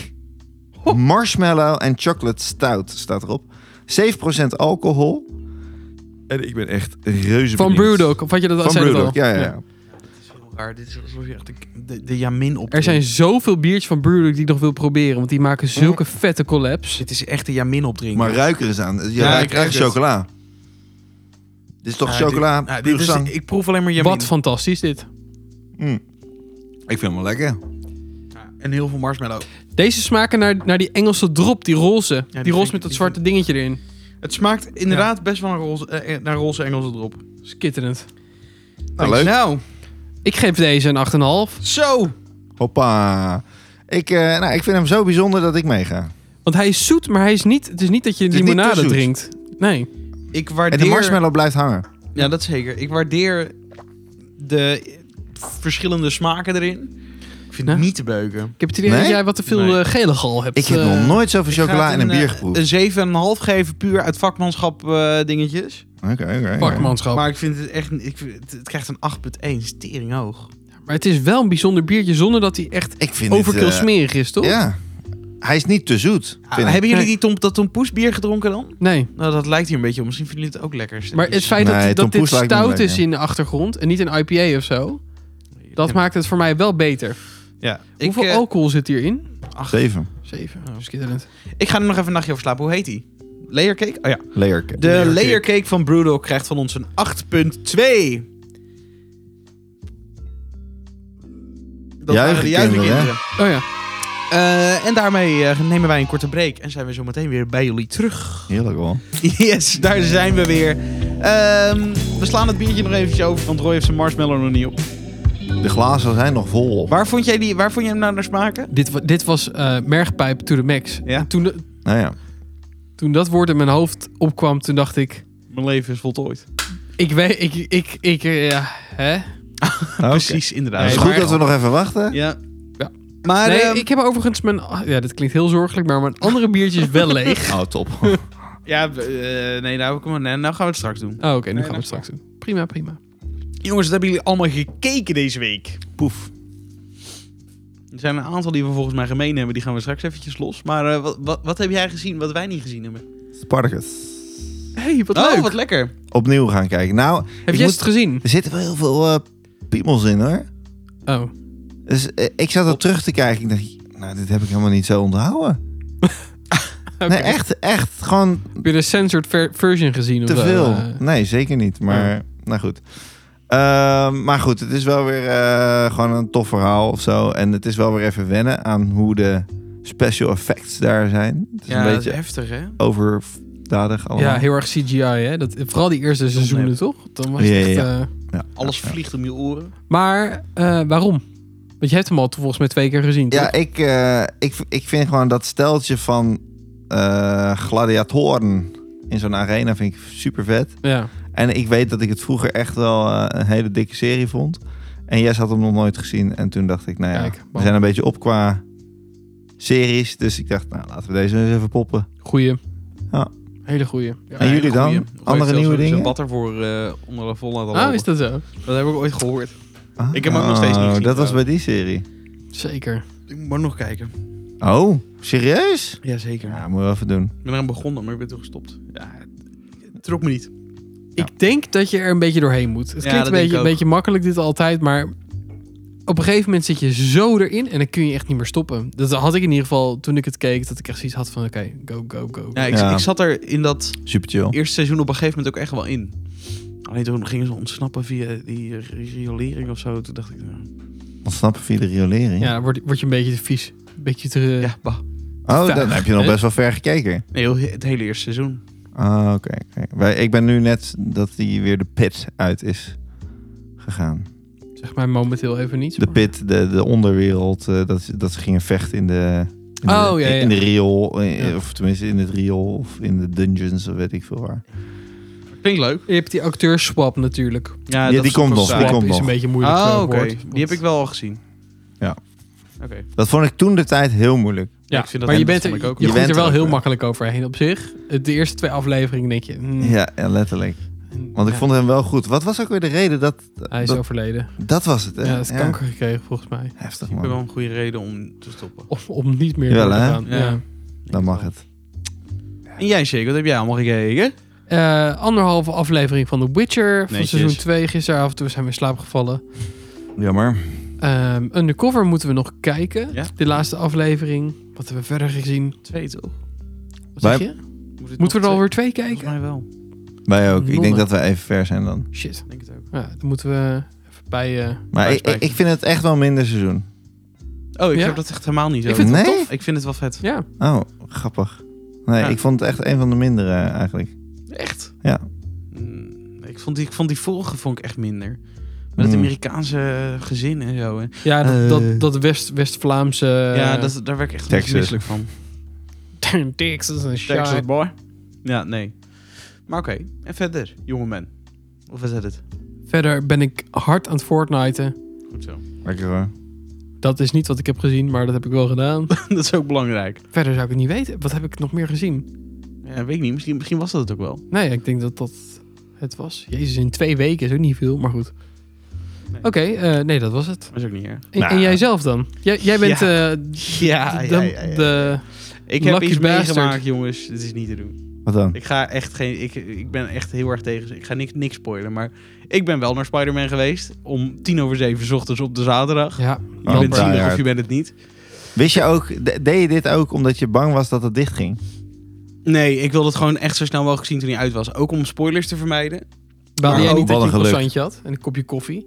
Ho. Marshmallow en chocolate stout staat erop. 7% alcohol. En ik ben echt reuze Van benieuwd. Brewdog. Of had je dat al Van zei dat Brewdog, al? ja, ja, ja. Raar, dit is alsof je echt de, de, de Jamin op. Er zijn zoveel biertjes van Brewdog die ik nog wil proberen. Want die maken zulke vette collabs. Dit is echt de Jamin opdrinken. Maar ruik er eens aan. Je Ja, ruikt ik ruik echt het. chocola. Dit is toch Ja, dit- chocola, ja, puur dit is, zang. ik proef alleen maar Jamin. Wat fantastisch dit. Mm. Ik vind hem wel lekker. Ja, En heel veel marshmallow. Deze smaken naar, naar die Engelse drop, die roze. die, vind roze ik- met dat die zwarte dingetje erin. Het smaakt inderdaad best wel naar roze, eh, eh, naar roze Engelse drop. Skitterend. Nou, leuk. Nou, Ik geef deze een 8,5. zo. Hoppa. Ik, eh, nou, ik vind hem zo bijzonder dat ik meega. Want hij is zoet, maar hij is niet, het is niet dat je is niet te limonade zoet. drinkt. Nee. Ik En waardeer... die marshmallow blijft hangen. Ja, dat zeker. Ik waardeer de verschillende smaken erin. Ik vind het Ja. niet te beuken. Ik heb het idee dat Nee? jij wat te veel Nee. eh, gele gal hebt. Ik heb eh, nog nooit zoveel Ik ga chocola het in een bier eh, geproefd. Een 7,5 geven puur uit vakmanschap eh, dingetjes. Oké, oké. oké. vakmanschap. Maar ik vind het echt... Ik, vind- het, het krijgt een 8,1. Stering hoog. Maar het is wel een bijzonder biertje zonder dat hij echt Ik vind overkill het, eh, smerig is, toch? Ja. Hij is niet te zoet. Ah, vind ik. hebben jullie Nee. die Tom, dat tompoesbier gedronken dan? Nee. Nou, dat lijkt hier een beetje op. Misschien vinden jullie het ook lekker. Maar het feit Nee, dat, Tom dat dit Poes lijkt me stout lekker. is in de achtergrond en niet een IPA of zo, dat maakt het voor mij wel beter. Ja. Hoeveel ik, eh, alcohol zit hierin? ach, Zeven. Zeven. Oh. Schitterend. ik ga er nog even een nachtje over slapen. Hoe heet die? Layercake? Oh ja. Layer cake. De Layer layer layercake van Brewdog krijgt van ons een 8.2. Dat Juichen waren de juiste kinderen, hè? kinderen. Oh ja. Eh, en daarmee eh, nemen wij een korte break. En zijn we zo meteen weer bij jullie terug. Heerlijk wel. Yes, daar zijn we weer. Ehm, we slaan het biertje nog eventjes over, want Roy heeft zijn marshmallow nog niet op. De glazen zijn nog vol. Waar vond jij, die, waar vond jij hem nou naar smaken? Dit, wa- dit was eh, mergpijp to the max. Ja. En Toen, de- Nou ja. toen dat woord in mijn hoofd opkwam, toen dacht ik, Mijn leven is voltooid. ik weet, ik, ik, ik, eh, ja, hè? Precies, Nou, inderdaad. het is Nee, goed maar- dat we nog even wachten. Ja. Ja. Maar nee, ehm, ik heb overigens mijn, ah, ja, dit klinkt heel zorgelijk, maar mijn andere biertje is wel leeg. Oh, top. ja, eh, nee, nou, kom maar, nee, nou gaan we het straks doen. Oh, oké, Nee, nu gaan we dat het straks doen. Prima, prima. Jongens, wat hebben jullie allemaal gekeken deze week? Poef. Er zijn een aantal die we volgens mij gemeen hebben. Die gaan we straks eventjes los. Maar eh, wat, wat, wat heb jij gezien wat wij niet gezien hebben? Spartacus. hey, wat oh, leuk. wat lekker. Opnieuw gaan kijken. Nou, Heb ik jij moet- het gezien? er zitten wel heel veel eh, piemels in hoor. Oh. Dus eh, ik zat er terug te kijken. Ik dacht, nou, dit heb ik helemaal niet zo onthouden. Oké. Nee, echt, echt. Gewoon Heb je de censored ver- version gezien? of te zo? veel. Eh, Nee, zeker niet. Maar, nou goed. Ehm, maar goed, het is wel weer eh, gewoon een tof verhaal of zo. En het is wel weer even wennen aan hoe de special effects daar zijn. Het is Ja, een dat is beetje heftig hè? overdadig allemaal. Eh, ja, heel erg CGI, hè? Dat, vooral die eerste seizoenen, nee. toch? Dan was het Ja, ja, echt, ja. eh, Ja, Alles ja, ja. vliegt om je oren. Maar eh, waarom? Want je hebt hem al volgens mij twee keer gezien. Ja, toch? ik, eh, ik, ik vind gewoon dat steltje van eh, gladiatoren in zo'n arena vind ik super vet. ja. En ik weet dat ik het vroeger echt wel eh, een hele dikke serie vond. En jij had hem nog nooit gezien. En toen dacht ik, nou ja, Kijk, we bam. zijn een beetje op qua series. Dus ik dacht, nou laten we deze eens even poppen. Goeie. Ja. Hele goeie. Ja. En jullie dan? Andere nieuwe Er dingen? een batter voor eh, onder de volle laten Oh, lopen. is dat zo? Dat heb ik ooit gehoord. Ah, Ik heb hem ook nog steeds niet gezien, Dat was bij trouwens. die serie. Zeker. Ik moet maar nog kijken. Oh, serieus? Jazeker. Ja, moeten we even doen. Ik ben eraan begonnen, maar ik ben toen gestopt. Ja, het trok me niet. Ik denk dat je er een beetje doorheen moet. Het Ja, klinkt dat een denk ik beetje, een ook. beetje makkelijk dit altijd, maar op een gegeven moment zit je zo erin en dan kun je echt niet meer stoppen. Dat had ik in ieder geval toen ik het keek, dat ik echt zoiets had van oké, go, go, go. Ja, ik, Ja. ik zat er in dat Super chill. eerste seizoen op een gegeven moment ook echt wel in. Alleen toen gingen ze ontsnappen via die eh, riolering of zo. Toen dacht ik, nou, Ontsnappen via de riolering. Ja, dan word, word je een beetje te vies. Een beetje te... ja, bah. Oh, dan heb je nog Hè? best wel ver gekeken. Nee, eh, heel- het hele eerste seizoen. Ah, oké. oké. Wij- Ik ben nu net dat die weer de pit uit is gegaan. Zeg maar momenteel even niet. De pit, de, de onderwereld, eh, dat, ze- dat ze gingen vechten in de... In de, Oh, ja, ja. In de riool, eh, Ja. of tenminste in het riool, of in de dungeons, of weet ik veel waar. Klinkt leuk. Je hebt die acteurswap natuurlijk. Ja, die dat is komt ook wel nog, saai. die Swap komt is nog. een beetje moeilijk. Oh, eh, oké. woord, want- Die heb ik wel al gezien. Ja. Oké. Dat vond ik toen de tijd heel moeilijk. Ja, Ik vind dat- maar je dat bent er, vond ik ook je wel. groeit Je er wel bent er heel ook, ja. makkelijk overheen op zich. De eerste twee afleveringen denk je... hmm, Ja, ja, letterlijk. Want ik ja, vond hem wel goed. Wat was ook weer de reden dat... Hij is dat, overleden. dat was het, hè? Ja, hij is kanker gekregen volgens mij. Heftig, Ik heb wel man. een goede reden om te stoppen. Om, om niet meer Jawel, door te hè? gaan. Ja. Ja. Dan mag het. En jij, Shake, wat heb jij allemaal gekeken? Eh, anderhalve aflevering van The Witcher. Van Netjes. seizoen 2 gisteravond. Toen zijn we in slaap gevallen. Jammer. Ehm, Undercover moeten we nog kijken. Ja. De laatste aflevering. Wat hebben we verder gezien? Twee, toch? Wat Wij- zeg je? Moeten we er alweer twee Volgens kijken? mij wel. Wij ook. Ik Nonnen. denk dat we even ver zijn dan. Shit. Ik denk het ook. Ja, dan moeten we even bij... eh Maar ik, ik, Buikspijker. ik vind het echt wel minder seizoen. Oh, ik Ja? heb dat echt helemaal niet zo. Ik vind nee? het wel tof. Ik vind het wel vet. Ja. Oh, grappig. Nee, Ja. ik vond het echt een van de mindere eigenlijk. Echt? Ja. Mm, Ik vond, die, ik vond die vorige vond ik echt minder. Met het Mm. Amerikaanse gezin en zo. hè. Eh, Ja, dat, Eh. dat, dat West, West-Vlaamse... ja, dat, daar werd ik echt een beetje Texas. misselijk van. Texas en shit. Texas boy. Ja, nee. Maar oké. En verder, jongeman. Of is dat het? Verder ben ik hard aan het Fortniten. Goed zo. Lekker hoor. Dat is niet wat ik heb gezien, maar dat heb ik wel gedaan. dat is ook belangrijk. Verder zou ik het niet weten. Wat heb ik nog meer gezien? Ja, weet ik niet. Misschien, misschien was dat het ook wel. Nee, ik denk dat dat het was. Jezus, in twee weken is ook niet veel, maar goed. Nee. Oké, eh, nee, dat was het. Dat is ook niet erg. En, Nou. en jij zelf dan? Jij, jij bent Ja. eh, Ja, de, ja, ja, ja. de... Ik heb Lucky iets bastard. meegemaakt, jongens. Dit is niet te doen. Wat dan? Ik ga echt geen... Ik, ik ben echt heel erg tegen... Ik ga niks, niks spoilen, maar... Ik ben wel naar Spider-Man geweest. Om tien over zeven 's ochtends op de zaterdag. Ja, Je Oh, bent jammer. daar. zielig of Keihard. je bent het niet. Wist je ook, de- deed je dit ook omdat je bang was dat het dicht ging? Nee, ik wilde het gewoon echt zo snel mogelijk zien toen hij uit was. Ook om spoilers te vermijden. Baalde jij ook niet wel dat je een Oh, een geluk. croissantje had en een kopje koffie?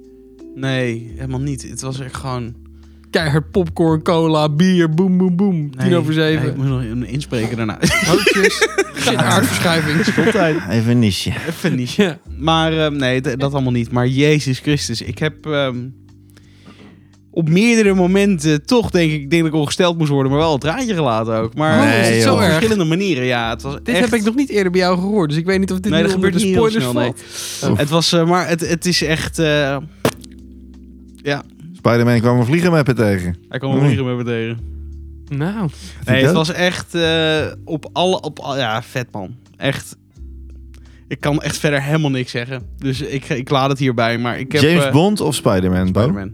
Nee, helemaal niet. Het was echt gewoon... Keihard popcorn, cola, bier, boem, boem, boem. Tien Nee, over zeven. nee, ik moest nog een inspreken daarna. Houtjes. Shit, aardverschuiving. Even een niche. Even niet. Ja. Maar ehm, nee, d- dat allemaal niet. Maar Jezus Christus, ik heb ehm, op meerdere momenten toch denk ik, denk dat ik ongesteld moest worden, maar wel het draadje gelaten ook. Maar Oh, is het Nee, zo op erg? verschillende manieren. Ja, het was Dit echt... heb ik nog niet eerder bij jou gehoord, dus ik weet niet of dit Nee, nu dat onder gebeurt de niet heel spoilers snel, nee. valt. Het was, eh, maar het, het is echt. eh, Spider-Man kwam een vliegenmeppen tegen. hij kwam een Mm. vliegen met me tegen. Nou, Nee, dat? het was echt eh, op alle, op al, ja, vet man, echt. Ik kan echt verder helemaal niks zeggen, dus ik, ik laat het hierbij. Maar ik heb James eh, Bond of Spider-Man? Bo? Spider-Man.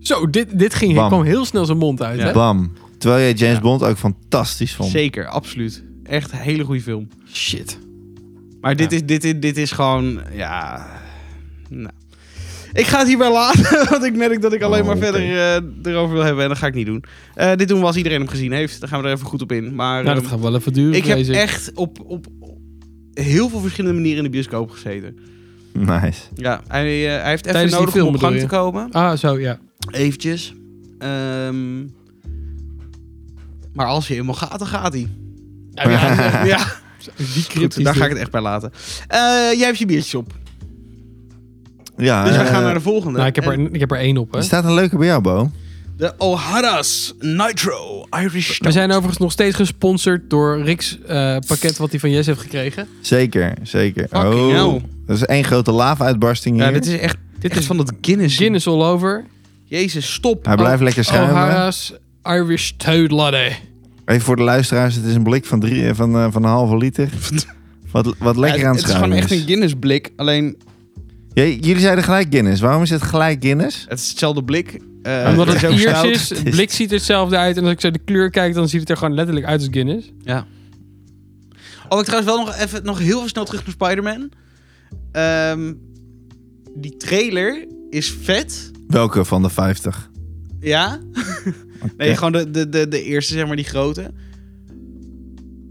Zo, dit, dit ging, Bam. kwam heel snel zijn mond uit. Ja. Hè? Bam. Terwijl jij James Ja. Bond ook fantastisch vond. Zeker, absoluut. Echt een hele goede film. Shit. Maar dit, is, dit, is, dit is gewoon, ja... Nou. Ik ga het hierbij laten, want ik merk dat ik alleen Oh, maar oké. verder eh, erover wil hebben. En dat ga ik niet doen. Eh, dit doen we als iedereen hem gezien heeft. Dan gaan we er even goed op in. Maar Nou, dat ehm, gaat wel even duren. ik heb vrees echt op, op, op heel veel verschillende manieren in de bioscoop gezeten. Nice. Ja, hij, eh, hij heeft even Tijdens die nodig film om op gang te bedoel komen. Ah, zo, ja. Eventjes. Ehm, maar als hij helemaal gaat, dan gaat hij. Ja, ja. Ja. Die Goed, cryptisch. daar ga ik dit. het echt bij laten. Eh, jij hebt je biertjes op. Ja, Dus wij eh, gaan naar de volgende. Nou, ik heb, En er, ik heb er één op, hè. er staat een leuke bij jou, Bo. De O'Hara's Nitro Irish Stout. We zijn overigens nog steeds gesponsord door Rick's eh, pakket wat hij van Jess heeft gekregen. Zeker, zeker. Fucking hell. Dat is één grote laafuitbarsting hier. Ja, dit is echt, Dit echt is van dat Guinness. Guinness all over. Jezus, stop. Hij blijft Oh, lekker schuimen. eh. O'Hara's Irish Toad Latte. Even voor de luisteraars, het is een blik van, drie, eh, van, eh, van een halve liter. Wat, wat lekker Ja, Oh. aan het, het het is gewoon schuimen echt is. een Guinness blik. Alleen, Jij- jullie zeiden gelijk Guinness. Waarom is het gelijk Guinness? het is hetzelfde blik. Eh, Omdat is het ook Iers stout. is, het blik ziet er hetzelfde uit. En als ik zo de kleur kijk, dan ziet het er gewoon letterlijk uit als Guinness. Ja. Oh, ik trouwens wel nog even nog heel snel terug naar Spider-Man. Ehm, die trailer is vet. Welke van de 50? Ja. Nee, gewoon de, de, de, de eerste, zeg maar, die grote.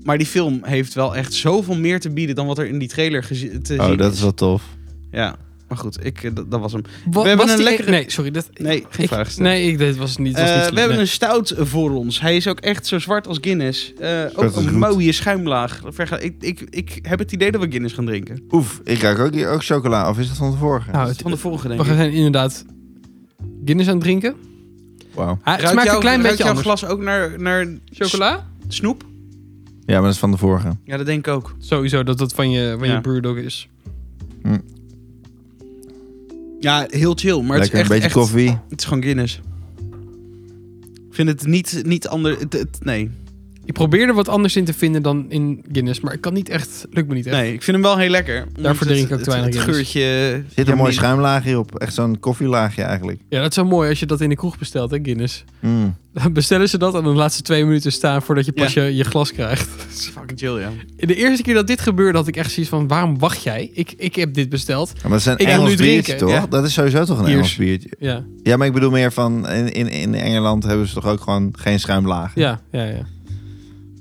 Maar die film heeft wel echt zoveel meer te bieden dan wat er in die trailer gezi- te Oh, zien dat is wel tof. Ja, maar goed, ik, eh, dat, dat was hem. Wa- hebben was een die- lekkere- Nee, sorry. Dat, Nee, geen ik- vraag gesteld. Nee, ik, dit was niet, was Eh, niet we slim, hebben nee. een stout voor ons. Hij is ook echt zo zwart als Guinness. Eh, ook als een roet. mooie schuimlaag. Verga- Ik, ik, ik heb het idee dat we Guinness gaan drinken. Oef, ik ruik ook, hier ook chocola. Of is dat van de vorige? Nou, Van de vorige, denk We ik. gaan inderdaad Guinness aan het drinken. Wauw. Hij, Ah, het Ruikt smaakt jouw- een ruikt klein beetje jouw anders. glas ook naar, naar Chocola? s- snoep? Ja, maar dat is van de vorige. Ja, dat denk ik ook. Sowieso dat dat van je, van Ja. je brewdog is. Ja, heel chill. Maar het is lekker echt, een beetje echt- koffie. Het is gewoon Guinness. Ik vind het niet, niet anders. Het, het- nee. Ik probeerde wat anders in te vinden dan in Guinness, maar ik kan niet echt, lukt me niet echt. nee, ik vind hem wel heel lekker. Ondanks drink ik ook het, te weinig Het, het Guinness. geurtje... Er zit een mooi mooi schuimlaagje op. Echt zo'n koffielaagje eigenlijk. Ja, dat is wel mooi als je dat in de kroeg bestelt, hè, Guinness. Mm. Dan bestellen ze dat en de laatste twee minuten staan voordat je pas je, je glas krijgt. Het is fucking chill, ja. De eerste keer dat dit gebeurde had ik echt zoiets van, waarom wacht jij? Ik, ik heb dit besteld. Ja, maar dat is een Ik wil Engels nu biertje, drinken, toch? ja. Dat is sowieso toch een Iers. Engels biertje? Ja, Ja, maar ik bedoel meer van... In, in, in Engeland hebben ze toch ook gewoon geen schuimlaag? ja, ja. ja.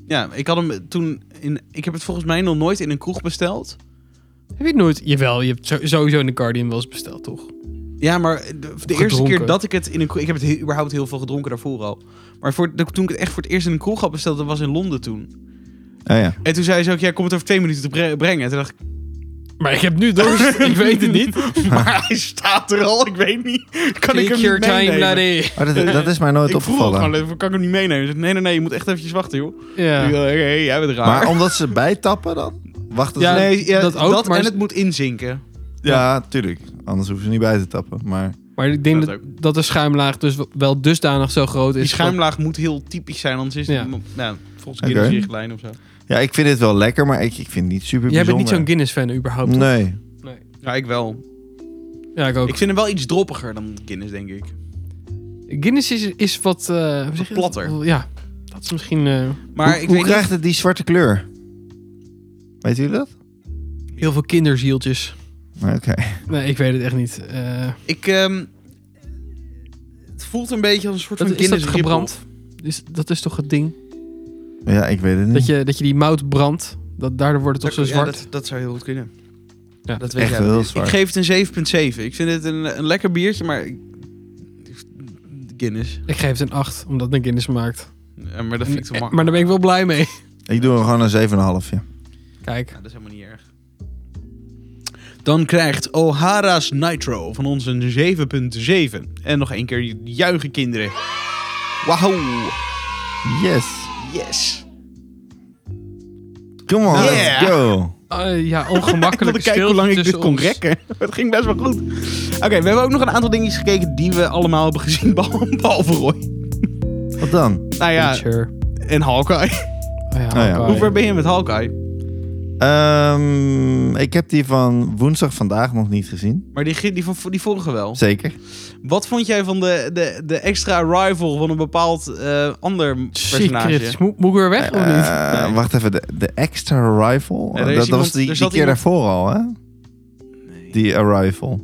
Ja, ik had hem toen... In, ik heb het volgens mij nog nooit in een kroeg besteld. Heb je het nooit? Jawel, je hebt zo- sowieso in de Guardian wel eens besteld, toch? Ja, maar de, de eerste Gedronken. keer dat ik het in een kroeg... Ik heb het he- überhaupt heel veel gedronken daarvoor al. Maar voor, de- toen ik het echt voor het eerst in een kroeg had besteld... Dat was in Londen toen. Oh ja. En toen zei ze ook... Ja, kom het over twee minuten te bre- brengen. En toen dacht ik... Maar ik heb nu dorst, ik weet het niet. Maar hij staat er al. Ik weet niet. Kan ik Take hem your niet time, meenemen? bloody. Oh, dat, dat is mij nooit ik vroeg opgevallen. gewoon, even, kan ik hem niet meenemen? Ze zei, nee, nee, nee, je moet echt eventjes wachten, joh. Ik Ja. dacht, Oké, jij bent raar. Maar omdat ze bijtappen dan? Wacht Ja, ja, nee, ja, dat dat ook, maar- en het moet inzinken. ja, tuurlijk. Anders hoeven ze niet bij te tappen. Maar Maar ik denk Dat dat, dat de schuimlaag dus wel dusdanig zo groot is. Die schuimlaag moet heel typisch zijn, anders is het Ja. m- nou, volgens Oké. Guinness richtlijn of zo. ja, ik vind dit wel lekker, maar ik, ik vind het niet super Jij bent bijzonder. niet zo'n Guinness-fan überhaupt. toch? Nee. Ja, ik wel. Ja, ik ook. Ik vind hem wel iets droppiger dan Guinness, denk ik. Guinness is, is wat... eh, hoe zeg je dat? platter. Ja, dat is misschien eh, Maar hoe ik hoe weet krijgt het die zwarte kleur? Weet jullie dat? heel veel kinderzieltjes. Oké. Nee, ik weet het echt niet. Eh, niet, ik... ehm, het voelt een beetje als een soort dat, van is dat Guinness gebrand? Is, dat is toch het ding? Ja, ik weet het niet. Dat je, dat je die mout brandt, dat, daardoor wordt het toch zo zwart. dat, dat zou heel goed kunnen. Ja. dat weet Echt jij wel wel. heel Ik zwart. geef het een 7.7. Ik vind het een, een lekker biertje, maar... ik- Guinness. Ik geef het een 8, omdat het een Guinness maakt. Ja, maar dat vind ik te En- makkelijk. Eh, maar daar ben ik wel blij mee. Ik doe er gewoon een 7,5. Ja. Kijk. dat is helemaal niet erg. Dan krijgt O'Hara's Nitro van ons een 7.7. En nog één keer juichen kinderen. Wauw. Yes. Yes. Come on, Yeah. let's go. Eh, ja, Oh, Ik wilde ongemakkelijk kijken hoe stilte lang ik dit tussen kon ons. rekken. Het ging best wel goed. Oké, we hebben ook nog een aantal dingetjes gekeken die we allemaal hebben gezien. behal- Behalve Roy. Wat dan? Nou ja, Sure. en Hawkeye. Oh ja, ja. Hawkeye. Hoe ver ben je met Hawkeye? Eh, Ehm, ik heb die van woensdag vandaag nog niet gezien. Maar die, gi- die, van, die vorige wel. Zeker. Wat vond jij van de, de, de extra rival van een bepaald eh, ander personage? Secret. Moet, moet ik weer weg of niet? Eh, Nee. Wacht even, de, de extra rifle. er is dat, dat iemand- was die, er die zat keer iemand- daarvoor al, hè? Die arrival.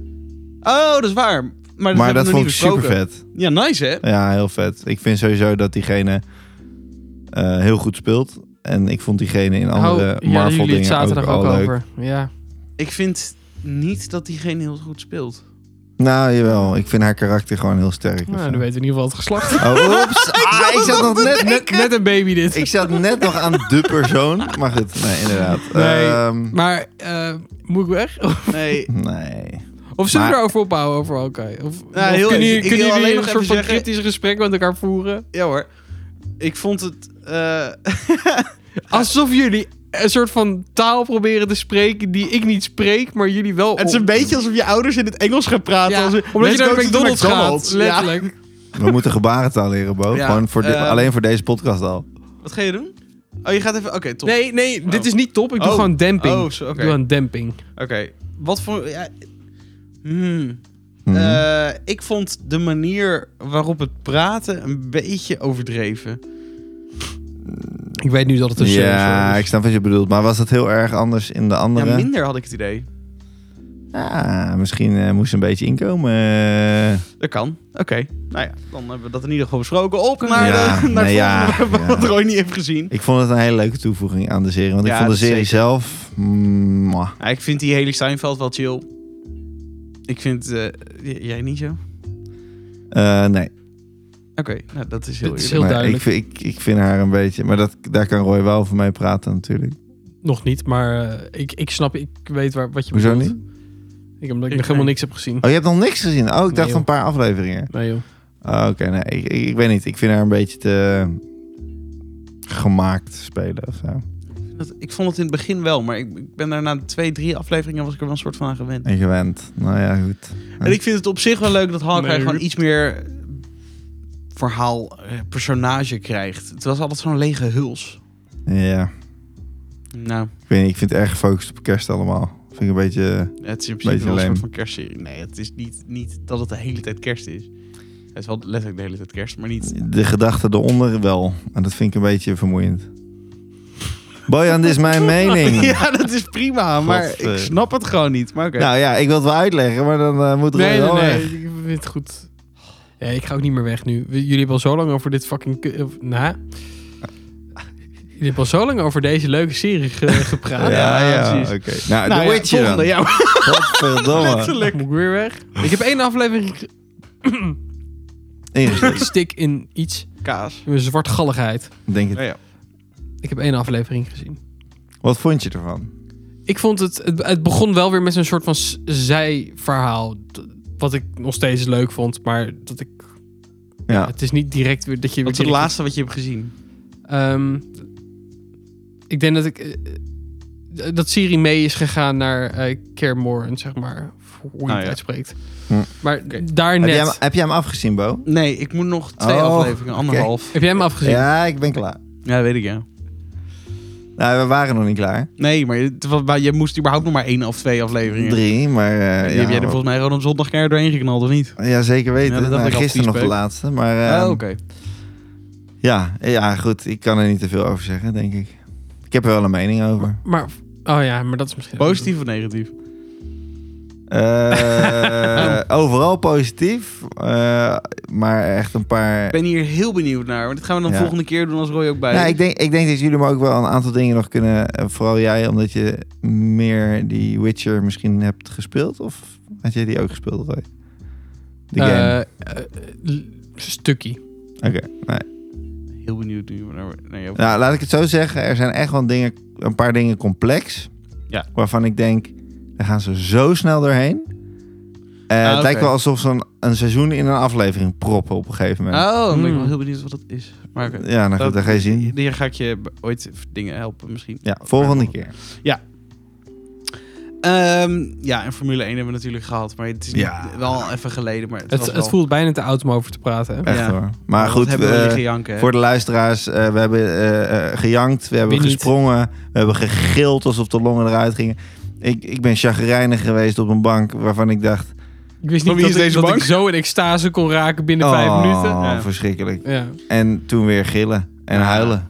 Oh, dat is waar. Maar dat, maar hebben dat we nog vond ik niet super besproken. vet. Ja, nice hè? Ja, heel vet. Ik vind sowieso dat diegene eh, heel goed speelt. En ik vond diegene in andere Oh, ja, Marvel jullie het dingen zaterdag ook, ook, al leuk. over. Ja. Ik vind niet dat diegene heel goed speelt. Nou, jawel. Ik vind haar karakter gewoon heel sterk. of Nou, zo. eh, dan weten we in ieder geval het geslacht. Oh, oeps. Ah, ik eh, zat nog net, net, net, net een baby dit. Ik zat net nog aan de persoon. Maar goed, nee, inderdaad. Nee. Ehm, Maar eh, moet ik weg? Nee. nee. Of zullen we Maar- erover ophouden over elkaar? Of, Nou, of heel even. kunnen, Ik jullie- kunnen wil alleen jullie nog een soort even van zeggen- kritisch gesprek met elkaar voeren? Ja hoor. Ik vond het... eh, Alsof jullie een soort van taal proberen te spreken die ik niet spreek, maar jullie wel... het is een op- beetje alsof je ouders in het Engels gaan praten. Ja, als we- omdat je Let's naar go to the McDonald's, McDonald's. gaat, Ja. letterlijk. We moeten gebarentaal leren, Bo. Ja, gewoon voor de- ehm, alleen voor deze podcast al. Wat ga je doen? Oh, je gaat even... Oké, top. Nee, nee, dit Oh. is niet top. Ik doe Oh. gewoon demping. Oh, zo, oké. Ik doe een demping. Oké. Wat voor... Ja, hmm. Mhm. Eh, ik vond de manier waarop het praten een beetje overdreven. Ik weet nu dat het een ja, serie ik is. snap wat je bedoelt. Maar was dat heel erg anders in de Ja, andere? minder had ik het idee. Ah, misschien eh, moest ze een beetje inkomen. Eh, Dat kan. Oké. Nou ja, dan hebben we dat in ieder geval besproken. Op naar, Ja, de, naar nee, het ja, volgende, ja. wat Roy niet heeft gezien. ik vond het een hele leuke toevoeging aan de serie. Want ik Ja, vond de dat is serie zeker. zelf... mm, mwah. Ja, ik vind die Haley Steinfeld wel chill. Ik vind... eh, j- jij niet zo? Oké, Eh, nee, nou, dat is heel Dit eerlijk. is heel maar duidelijk. Ik, vind- ik, ik vind haar een beetje... Maar dat, daar kan Roy wel over mee praten natuurlijk. Nog niet, maar eh, ik, ik snap, ik weet waar, wat je Hoezo bedoelt. niet? Ik, omdat ik, Ik nog helemaal nee. niks heb gezien. Oh, je hebt nog niks gezien? Oh, ik dacht joh. een paar afleveringen. Nee joh. Oh, Oké, nee, ik, ik, ik weet niet. Ik vind haar een beetje te gemaakt spelen of zo. Dat- ik vond het in het begin wel, maar ik, ik ben daar na twee, drie afleveringen was ik er wel een soort van aan gewend. En gewend. Nou ja, goed. En ik vind het op zich wel leuk dat Hawkeye Nee. gewoon iets meer eh, verhaal, eh, personage krijgt. Het was altijd zo'n lege huls. Ja, Nou, ik weet niet. Ik vind het erg gefocust op kerst allemaal. Vind ik een beetje... het is in Beetje principe wel een lame. soort van kerstserie. Nee, het is niet, niet dat het de hele tijd kerst is. Het is wel letterlijk de hele tijd kerst, maar niet... De gedachte eronder wel. En dat vind ik een beetje vermoeiend. Bojan, dit is mijn mening. Ja, dat is prima, maar Godver- ik snap het gewoon niet. Maar oké. eh. Nou ja, ik wil het wel uitleggen, maar dan eh, moet er Nee, nee, wel nee. weg. Ik vind het goed. Ja, ik ga ook niet meer weg nu. We- Jullie hebben al zo lang over dit fucking... ku- of- Nou... Jullie hebben al zo lang over deze leuke serie ge- gepraat. Ja, ja, ja, oké. precies. Nou, Nou The ja, Witcher volgende, dan. ja, maar Godverdomme. letterlijk. Moet ik weer weg? Ik heb één aflevering ge- Ingezet. stik in iets. Kaas. In mijn zwartgalligheid. Denk het. Nou ja. Ik heb één aflevering gezien. Wat vond je ervan? Ik vond het... Het, het begon wel weer met zo'n soort van s- zijverhaal. D- Wat ik nog steeds leuk vond. Maar dat ik... Ja. Het is niet direct weer dat je... Wat is weer het direct- laatste wat je hebt gezien? Ehm, ik denk dat ik. eh, eh, dat Siri mee is gegaan naar eh Care Moran, zeg maar. Of Hoe je Nou het ja. uitspreekt. Hm. Maar Oké. daar Heb net. jij, hem, heb jij hem afgezien, Bo? Nee, ik moet nog twee Oh, afleveringen, anderhalf. Heb jij hem afgezien? Ja, ik ben klaar. Ja, dat weet ik ja. Nou, we waren nog niet klaar. Nee, maar het was- maar je moest überhaupt nog maar één of twee afleveringen. Drie, maar... eh, Die ja, heb jij er volgens mij gewoon op zondag keihard doorheen geknald, of niet? ja, zeker Ja, weten. dat dacht Nou, ik al, gisteren nog de viespeuk. laatste. Maar ehm, Ah, ja, ja, goed. Ik kan er niet te veel over zeggen, denk ik. Ik heb er wel een mening over. Maar. Oh ja, maar dat is misschien. Positief of negatief? Eh, overal positief. eh, maar echt een paar... Ik ben hier heel benieuwd naar, want dit gaan we dan Ja. volgende keer doen als Roy ook bij Nou, is. ik, denk, ik denk dat jullie me ook wel een aantal dingen nog kunnen... eh, Vooral jij, omdat je meer die Witcher misschien hebt gespeeld. Of had jij die ook gespeeld, Roy? De game. Eh, eh, l- Stukkie. Oké, nee. Heel benieuwd nu. Naar, naar jou. Nou, laat ik het zo zeggen. Er zijn echt wel dingen, een paar dingen complex. Ja. Waarvan ik denk, daar gaan ze zo snel doorheen. Eh, Ah, Het lijkt oké. wel alsof ze een, een seizoen in een aflevering proppen op een gegeven moment. Oh, dan ben ik Hmm. wel heel benieuwd wat dat is. Maar oké. Ja, nou Dat- goed, dat ga je zien. Hier ga ik je b- ooit dingen helpen misschien. Ja, volgende keer. Ehm, ja, en Formule 1 hebben we natuurlijk gehad. Maar het is niet- Ja. wel even geleden. Maar het, Het, was het wel- voelt bijna te oud om over te praten. hè? Ja. Echt hoor. Maar Wat goed, hebben we eh, liggen janken. hè? voor de luisteraars. eh, we hebben eh, eh, gejankt, we hebben Wie niet? gesprongen. We We hebben gegild alsof de longen eruit gingen. Ik, ik ben chagrijnig geweest op een bank waarvan ik dacht... Ik wist Van niet wie is dat, ik, deze dat bank? ik zo in extase kon raken binnen oh, vijf minuten. Ja. verschrikkelijk. Ja. En toen weer gillen en Ja. huilen.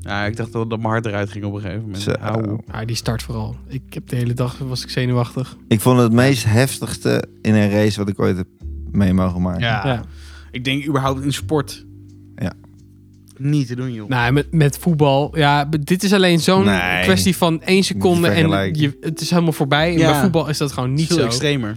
Ja, ik dacht wel dat mijn hart eruit ging op een gegeven moment. Zo. Auw. Maar Ah, die start vooral. Ik heb de hele dag was ik zenuwachtig. Ik vond het meest heftigste in een race wat ik ooit heb mee mogen maken. Ja. Ja. Ik denk überhaupt in sport. Ja. Niet te doen, joh. Nou, met, met voetbal. Ja, b- dit is alleen zo'n Nee. kwestie van één seconde en vergelijken. je, het is helemaal voorbij. En Ja. Bij voetbal is dat gewoon niet Veel zo. extremer.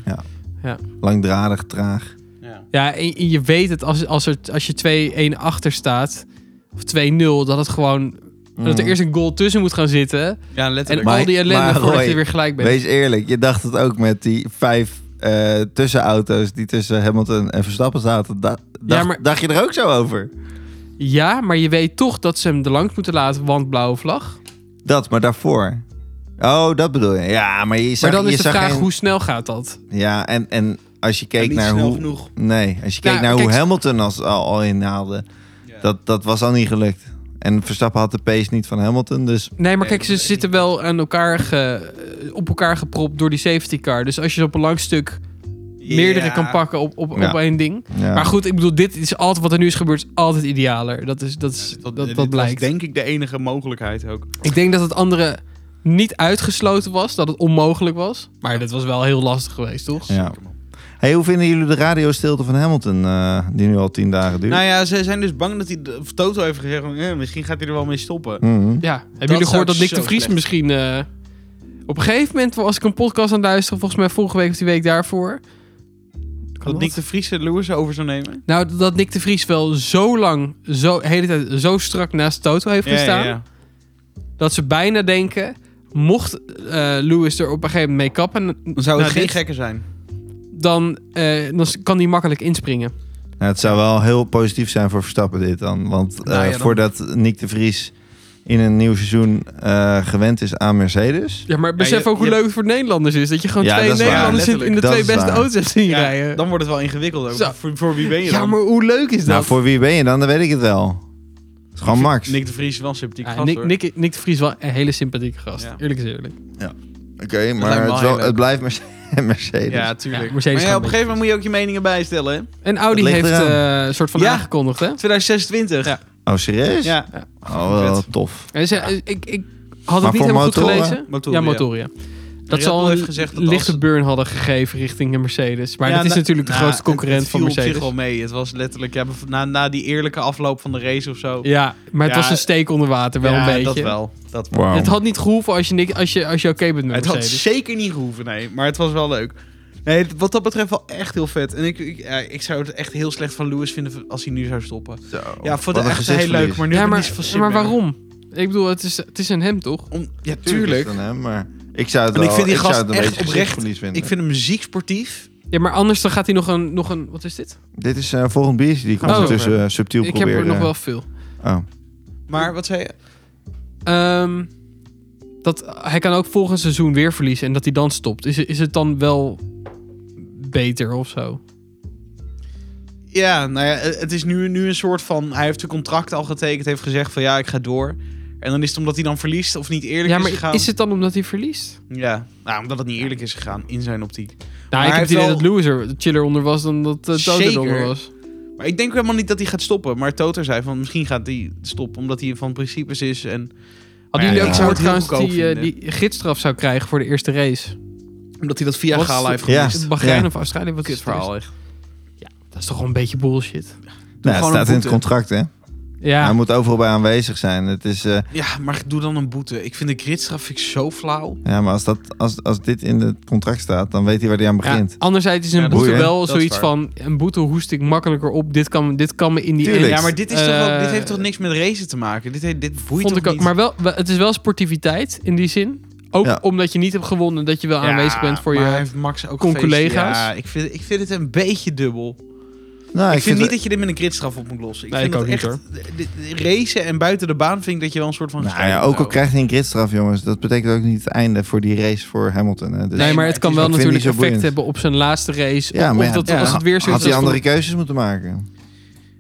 Langdradig, traag. Ja. Ja, en en je weet het als, als, er, als je 2-1 achter staat, of 2-0, dat het gewoon. Dat er Mm. eerst een goal tussen moet gaan zitten. ja, En letterlijk. Hmm. Maar- al die maar ellende voordat Roy, je weer gelijk bent. Wees eerlijk, je dacht het ook met die vijf eh, tussenauto's die tussen Hamilton en Verstappen zaten. Da- dacht, maar- dacht je er ook zo over? Ja, maar je weet toch dat ze hem er langs moeten laten, want blauwe vlag. Dat, maar daarvoor. Oh, dat bedoel je. Ja, maar je zag, maar dan je is de zag vraag, geen- hoe snel gaat dat? Ja, en, en als je keek niet naar snel hoe... genoeg. Nee, als je keek Ja, naar hoe Nou, kijk, Hamilton als, al, al inhaalde, Ja. dat, dat was al niet gelukt. En Verstappen had de pace niet van Hamilton, dus... Nee, maar Nee, kijk, dat ze weet ik zitten niet. wel aan elkaar ge- op elkaar gepropt door die safety car. Dus als je op een lang stuk meerdere Ja. kan pakken op, op, Ja. op één ding. Ja. Maar goed, ik bedoel, dit is altijd wat er nu is gebeurd, is altijd idealer. Dat, is, dat, is, dat, dat, dit was blijkt. denk ik de enige mogelijkheid ook. Ik denk dat het andere niet uitgesloten was, dat het onmogelijk was. Maar dit was wel heel lastig geweest, toch? Ja. Hey, hoe vinden jullie de radiostilte van Hamilton, eh, die nu al tien dagen duurt? Nou ja, ze zijn dus bang dat hij... de- Of Toto heeft gezegd, van, eh, misschien gaat hij er wel mee stoppen. Mhm. Ja. Hebben jullie zou gehoord dat ik Nick zo de Vries slecht- misschien... eh, op een gegeven moment was ik een podcast aan het luisteren, volgens mij vorige week of die week daarvoor. dat Nick de Vries de Lewis over zou nemen. Nou, dat Nick de Vries wel zo lang, zo, de hele tijd zo strak naast Toto heeft gestaan... dat ze bijna denken... mocht eh, Lewis er op een gegeven moment mee kappen... Dan zou het nou, geen dit- gekker zijn. dan, eh, dan kan hij makkelijk inspringen. Nou, het zou wel heel positief zijn voor Verstappen dit dan. Want eh, Nou ja, dan- voordat Nick de Vries in een nieuw seizoen eh, gewend is aan Mercedes... Ja, maar besef Ja, je- ook hoe je- leuk het voor Nederlanders is. Dat je gewoon Ja, twee dat is waar. Nederlanders in- in de Dat twee is beste waar. auto's hebt zien Ja, rijden. Dan wordt het wel ingewikkeld ook. Zo. Voor, voor wie ben je ja, dan? maar hoe leuk is dat? Nou, voor wie ben je dan? Dan weet ik het wel. Het is gewoon Max. Nick de Vries is wel een sympathiek Ja, gast, Nick, hoor. Nick, Nick de Vries is wel een hele sympathieke gast. Ja. Eerlijk is eerlijk. Oké, lijkt me maar wel het, is heel wel, leuk. het blijft Merce- Mercedes. Ja, tuurlijk. Ja, maar ja, Mercedes op een gaat gegeven mee. moment moet je ook je meningen bijstellen. hè? En Audi Dat ligt heeft eraan. eh, een soort van Ja. aangekondigd, hè? 2026. Ja. Oh, serieus? Ja. Oh, wel Vet. tof. En ze- ik, ik Maar had het niet voor helemaal motoren? goed gelezen. Motoren, ja, ja. motoren, ja. Dat Red ze al Bull een heeft gezegd dat lichte als- burn hadden gegeven richting de Mercedes. Maar Ja, dat is na- natuurlijk de nou, grootste het- concurrent het van viel Mercedes. op zich wel mee. Het was letterlijk ja, bev- na, na die eerlijke afloop van de race of zo. Ja, maar het Ja, was een steek onder water, wel Ja, een beetje. dat wel. Dat wel. Wauw. Het had niet gehoeven als je, niks- als je, als je oké bent met Het had Mercedes. zeker niet gehoeven, nee. Maar het was wel leuk. Nee, het- wat dat betreft wel echt heel vet. En ik, ik, ja, ik zou het echt heel slecht van Lewis vinden als hij nu zou stoppen. Zo. Ja, voor de echt Oh, Wat een heel leuk, gezichtsverlies. maar nu ja, heb ik maar, niet zoveel zin maar meer. waarom? Ik bedoel, het is, het is aan hem toch? Om, ja, Tuurlijk. tuurlijk. is het aan hem, maar ik zou het En ik wel- vind die zou gast het een echt beetje oprecht- gezichtsverlies vinden. Ik vind hem ziek sportief. Ja, maar anders dan gaat hij nog een... Nog een wat is dit? Dit is eh volgend biertje die ik Oh. ondertussen eh, subtiel Ik heb probeer. er nog eh, wel veel. Oh. Maar wat zei je? Ehm, dat, hij kan ook volgend seizoen weer verliezen en dat hij dan stopt. Is, is het dan wel beter of zo? Ja, nou ja, eh, het is nu, nu een soort van... Hij heeft zijn contract al getekend, heeft gezegd van ja, ik ga door. En dan is het omdat hij dan verliest of niet eerlijk Ja, is maar gegaan. is het dan omdat hij verliest? Ja, nou, omdat het niet eerlijk is gegaan in zijn optiek. Nou, Maar ik hij heb het idee heeft dat Lewis er chiller onder was dan dat eh, Toto Zeker. eronder was. Maar ik denk helemaal niet dat hij gaat stoppen. Maar Toto zei van misschien gaat hij stoppen omdat hij van principes is. En Maar Hadden ja, jullie ik ook zou gehoord het heel trouwens dat goedkoop hij eh, die gidsstraf zou krijgen voor de eerste race? omdat hij dat via Wat Gala is- heeft Ja. gemist. Is het dus- Bahrein Ja. of Australië? Wat is Kut het verhaal? verhaal echt. Dat is toch gewoon een beetje bullshit? Nou, het gewoon een staat in boete. het contract, hè? Hij Ja, moet overal bij aanwezig zijn. Het is, eh, Ja, maar doe dan een boete. Ik vind de gridstraf vind ik zo flauw. ja, maar als, dat, als, als dit in het contract staat, dan weet hij waar hij aan ja, begint. anderzijds is een Ja, dat boete is waar. wel Dat is zoiets waar. van... een boete hoest ik makkelijker op. Dit kan, dit kan me in die... Tuurlijk. Ja, maar dit, is toch wel, Eh, dit heeft toch niks met racen te maken? Dit, he- dit boeit Vond toch ik ook, niet? maar wel, wel- het is wel sportiviteit in die zin. Ook Ja. omdat je niet hebt gewonnen, dat je wel Ja, aanwezig bent voor maar hij je... heeft Max ook con- feest- collega's. Ja, ik vind, ik vind het een beetje dubbel. Nou, ik, vind niet het- dat je dit met een gridstraf op moet lossen. Ik Nee, vind ik dat ook echt, de- de- de Racen en buiten de baan vind ik dat je wel een soort van... Nou gescheiden ja, moet ook al houden. krijgt hij een gridstraf, jongens. Dat betekent ook niet het einde voor die race voor Hamilton. Hè. Dus Nee, maar maar het het kan is wel ook weer natuurlijk niet zo effect boeiend. hebben op zijn laatste race. Ja, of maar ja, dat, ja, als het weer zo had is, hij dat- andere keuzes moeten maken.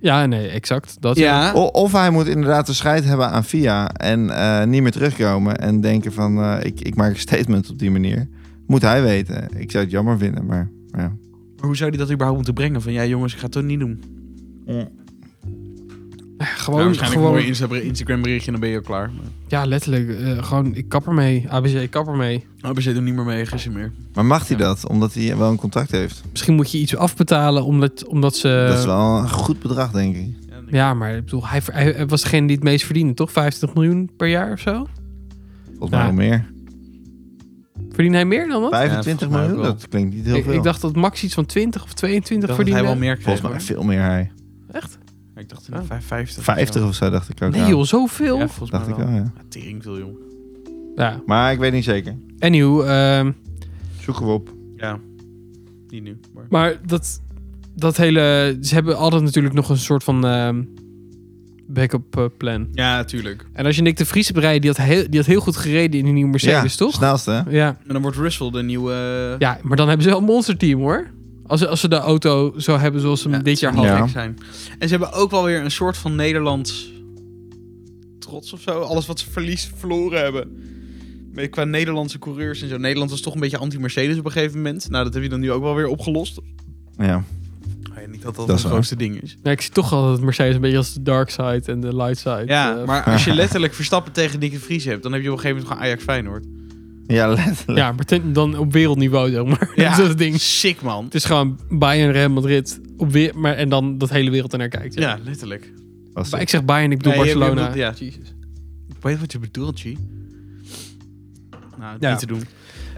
Ja, nee, exact. Dat ja. O- Of hij moet inderdaad de scheid hebben aan FIA en eh, niet meer terugkomen en denken van eh, ik, ik maak een statement op die manier. Moet hij weten. Ik zou het jammer vinden, maar ja. Maar hoe zou die dat überhaupt moeten brengen? Van ja, jongens, ik ga het toch niet doen. Gewoon, waarschijnlijk gewoon, een mooi Instagram berichtje en dan ben je al klaar. ja, letterlijk. eh, gewoon, ik kap ermee. ABC, ik kap ermee. Maar we zitten niet meer mee, geen zin meer. Maar mag hij Ja. dat? Omdat hij wel een contact heeft. Misschien moet je iets afbetalen omdat, omdat ze... dat is wel een goed bedrag, denk ik. Ja, maar ik bedoel, hij, hij was degene die het meest verdiende, toch? 50 miljoen per jaar of zo? Volgens Ja. mij wel meer. Verdient hij meer dan dat? 25 volgens mij ook miljoen, wel. dat klinkt niet heel Ik, veel. ik dacht dat Max iets van 20 of 22 verdiende. meer Volgens mij veel meer hij. Echt? Ik dacht Oh. 55. 50 of zo dacht ik ook. Nee ja. joh, zoveel? Ja, volgens Dacht mij ik wel. wel, ja. Ja, tering veel, jong. Ja. Maar ik weet niet zeker. Anyhow, ehm, Zoeken we op. Ja. Niet nu, maar... maar dat, dat hele... Ze hebben altijd natuurlijk nog een soort van ehm, backup eh, plan. Ja, tuurlijk. En als je Nick de Vries hebt rijden, die had heel, die had heel goed gereden in die nieuwe Mercedes, ja, toch? snelste. hè? Ja. En dan wordt Russell de nieuwe... eh, ja, maar dan hebben ze wel een monsterteam hoor. Als, ze- als ze de auto zo hebben zoals ze hem Ja, dit jaar het zou hadden. niet Ja. gek zijn. En ze hebben ook wel weer een soort van Nederlands trots of zo. Alles wat ze verlies, verloren hebben. Met- Qua Nederlandse coureurs en zo. Nederland was toch een beetje anti-Mercedes op een gegeven moment. Nou, dat heb je dan nu ook wel weer opgelost. Ja. Oh ja, niet dat dat, Dat is het waar. grootste ding is. Ja, ik zie toch altijd Mercedes een beetje als de dark side en de light side. Ja, Eh, maar als je letterlijk Verstappen tegen Nick de Vries hebt... dan heb je op een gegeven moment gewoon Ajax Feyenoord. ja, letterlijk. ja, maar ten- dan op wereldniveau, zeg maar. Ja. dat is het ding. Sick, man. Het is gewoon Bayern, Real Madrid. Op weer, maar, en dan dat hele wereld ernaar kijkt. zeg. Ja, letterlijk. Was Maar het. ik zeg Bayern, ik bedoel Nee, je- je Barcelona. bedoelt- ja. Jezus. Ik weet wat je bedoelt, G. Nou, Ja. niet te doen.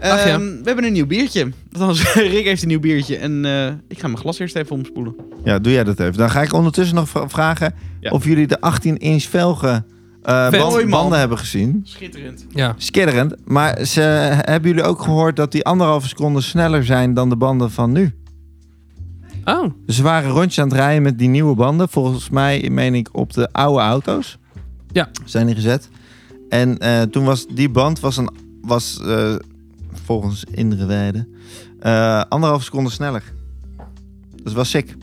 Ach ja. Ehm, We hebben een nieuw biertje. Althans, Rick heeft een nieuw biertje. En eh, ik ga mijn glas eerst even omspoelen. Ja, doe jij dat even. Dan ga ik ondertussen nog vra- vragen Ja. of jullie de 18-inch velgen eh, Vet. band- Mooi, man. banden hebben gezien. Schitterend. Ja. Schitterend. Maar ze, hebben jullie ook gehoord dat die anderhalve seconde sneller zijn dan de banden van nu? Oh, Dus ze waren rondjes aan het rijden met die nieuwe banden. Volgens mij, meen ik, op de oude auto's. Ja. Zijn die gezet. En eh, toen was die band, was een, was, eh, volgens Indre Weide, eh anderhalve seconde sneller. Dat was sick.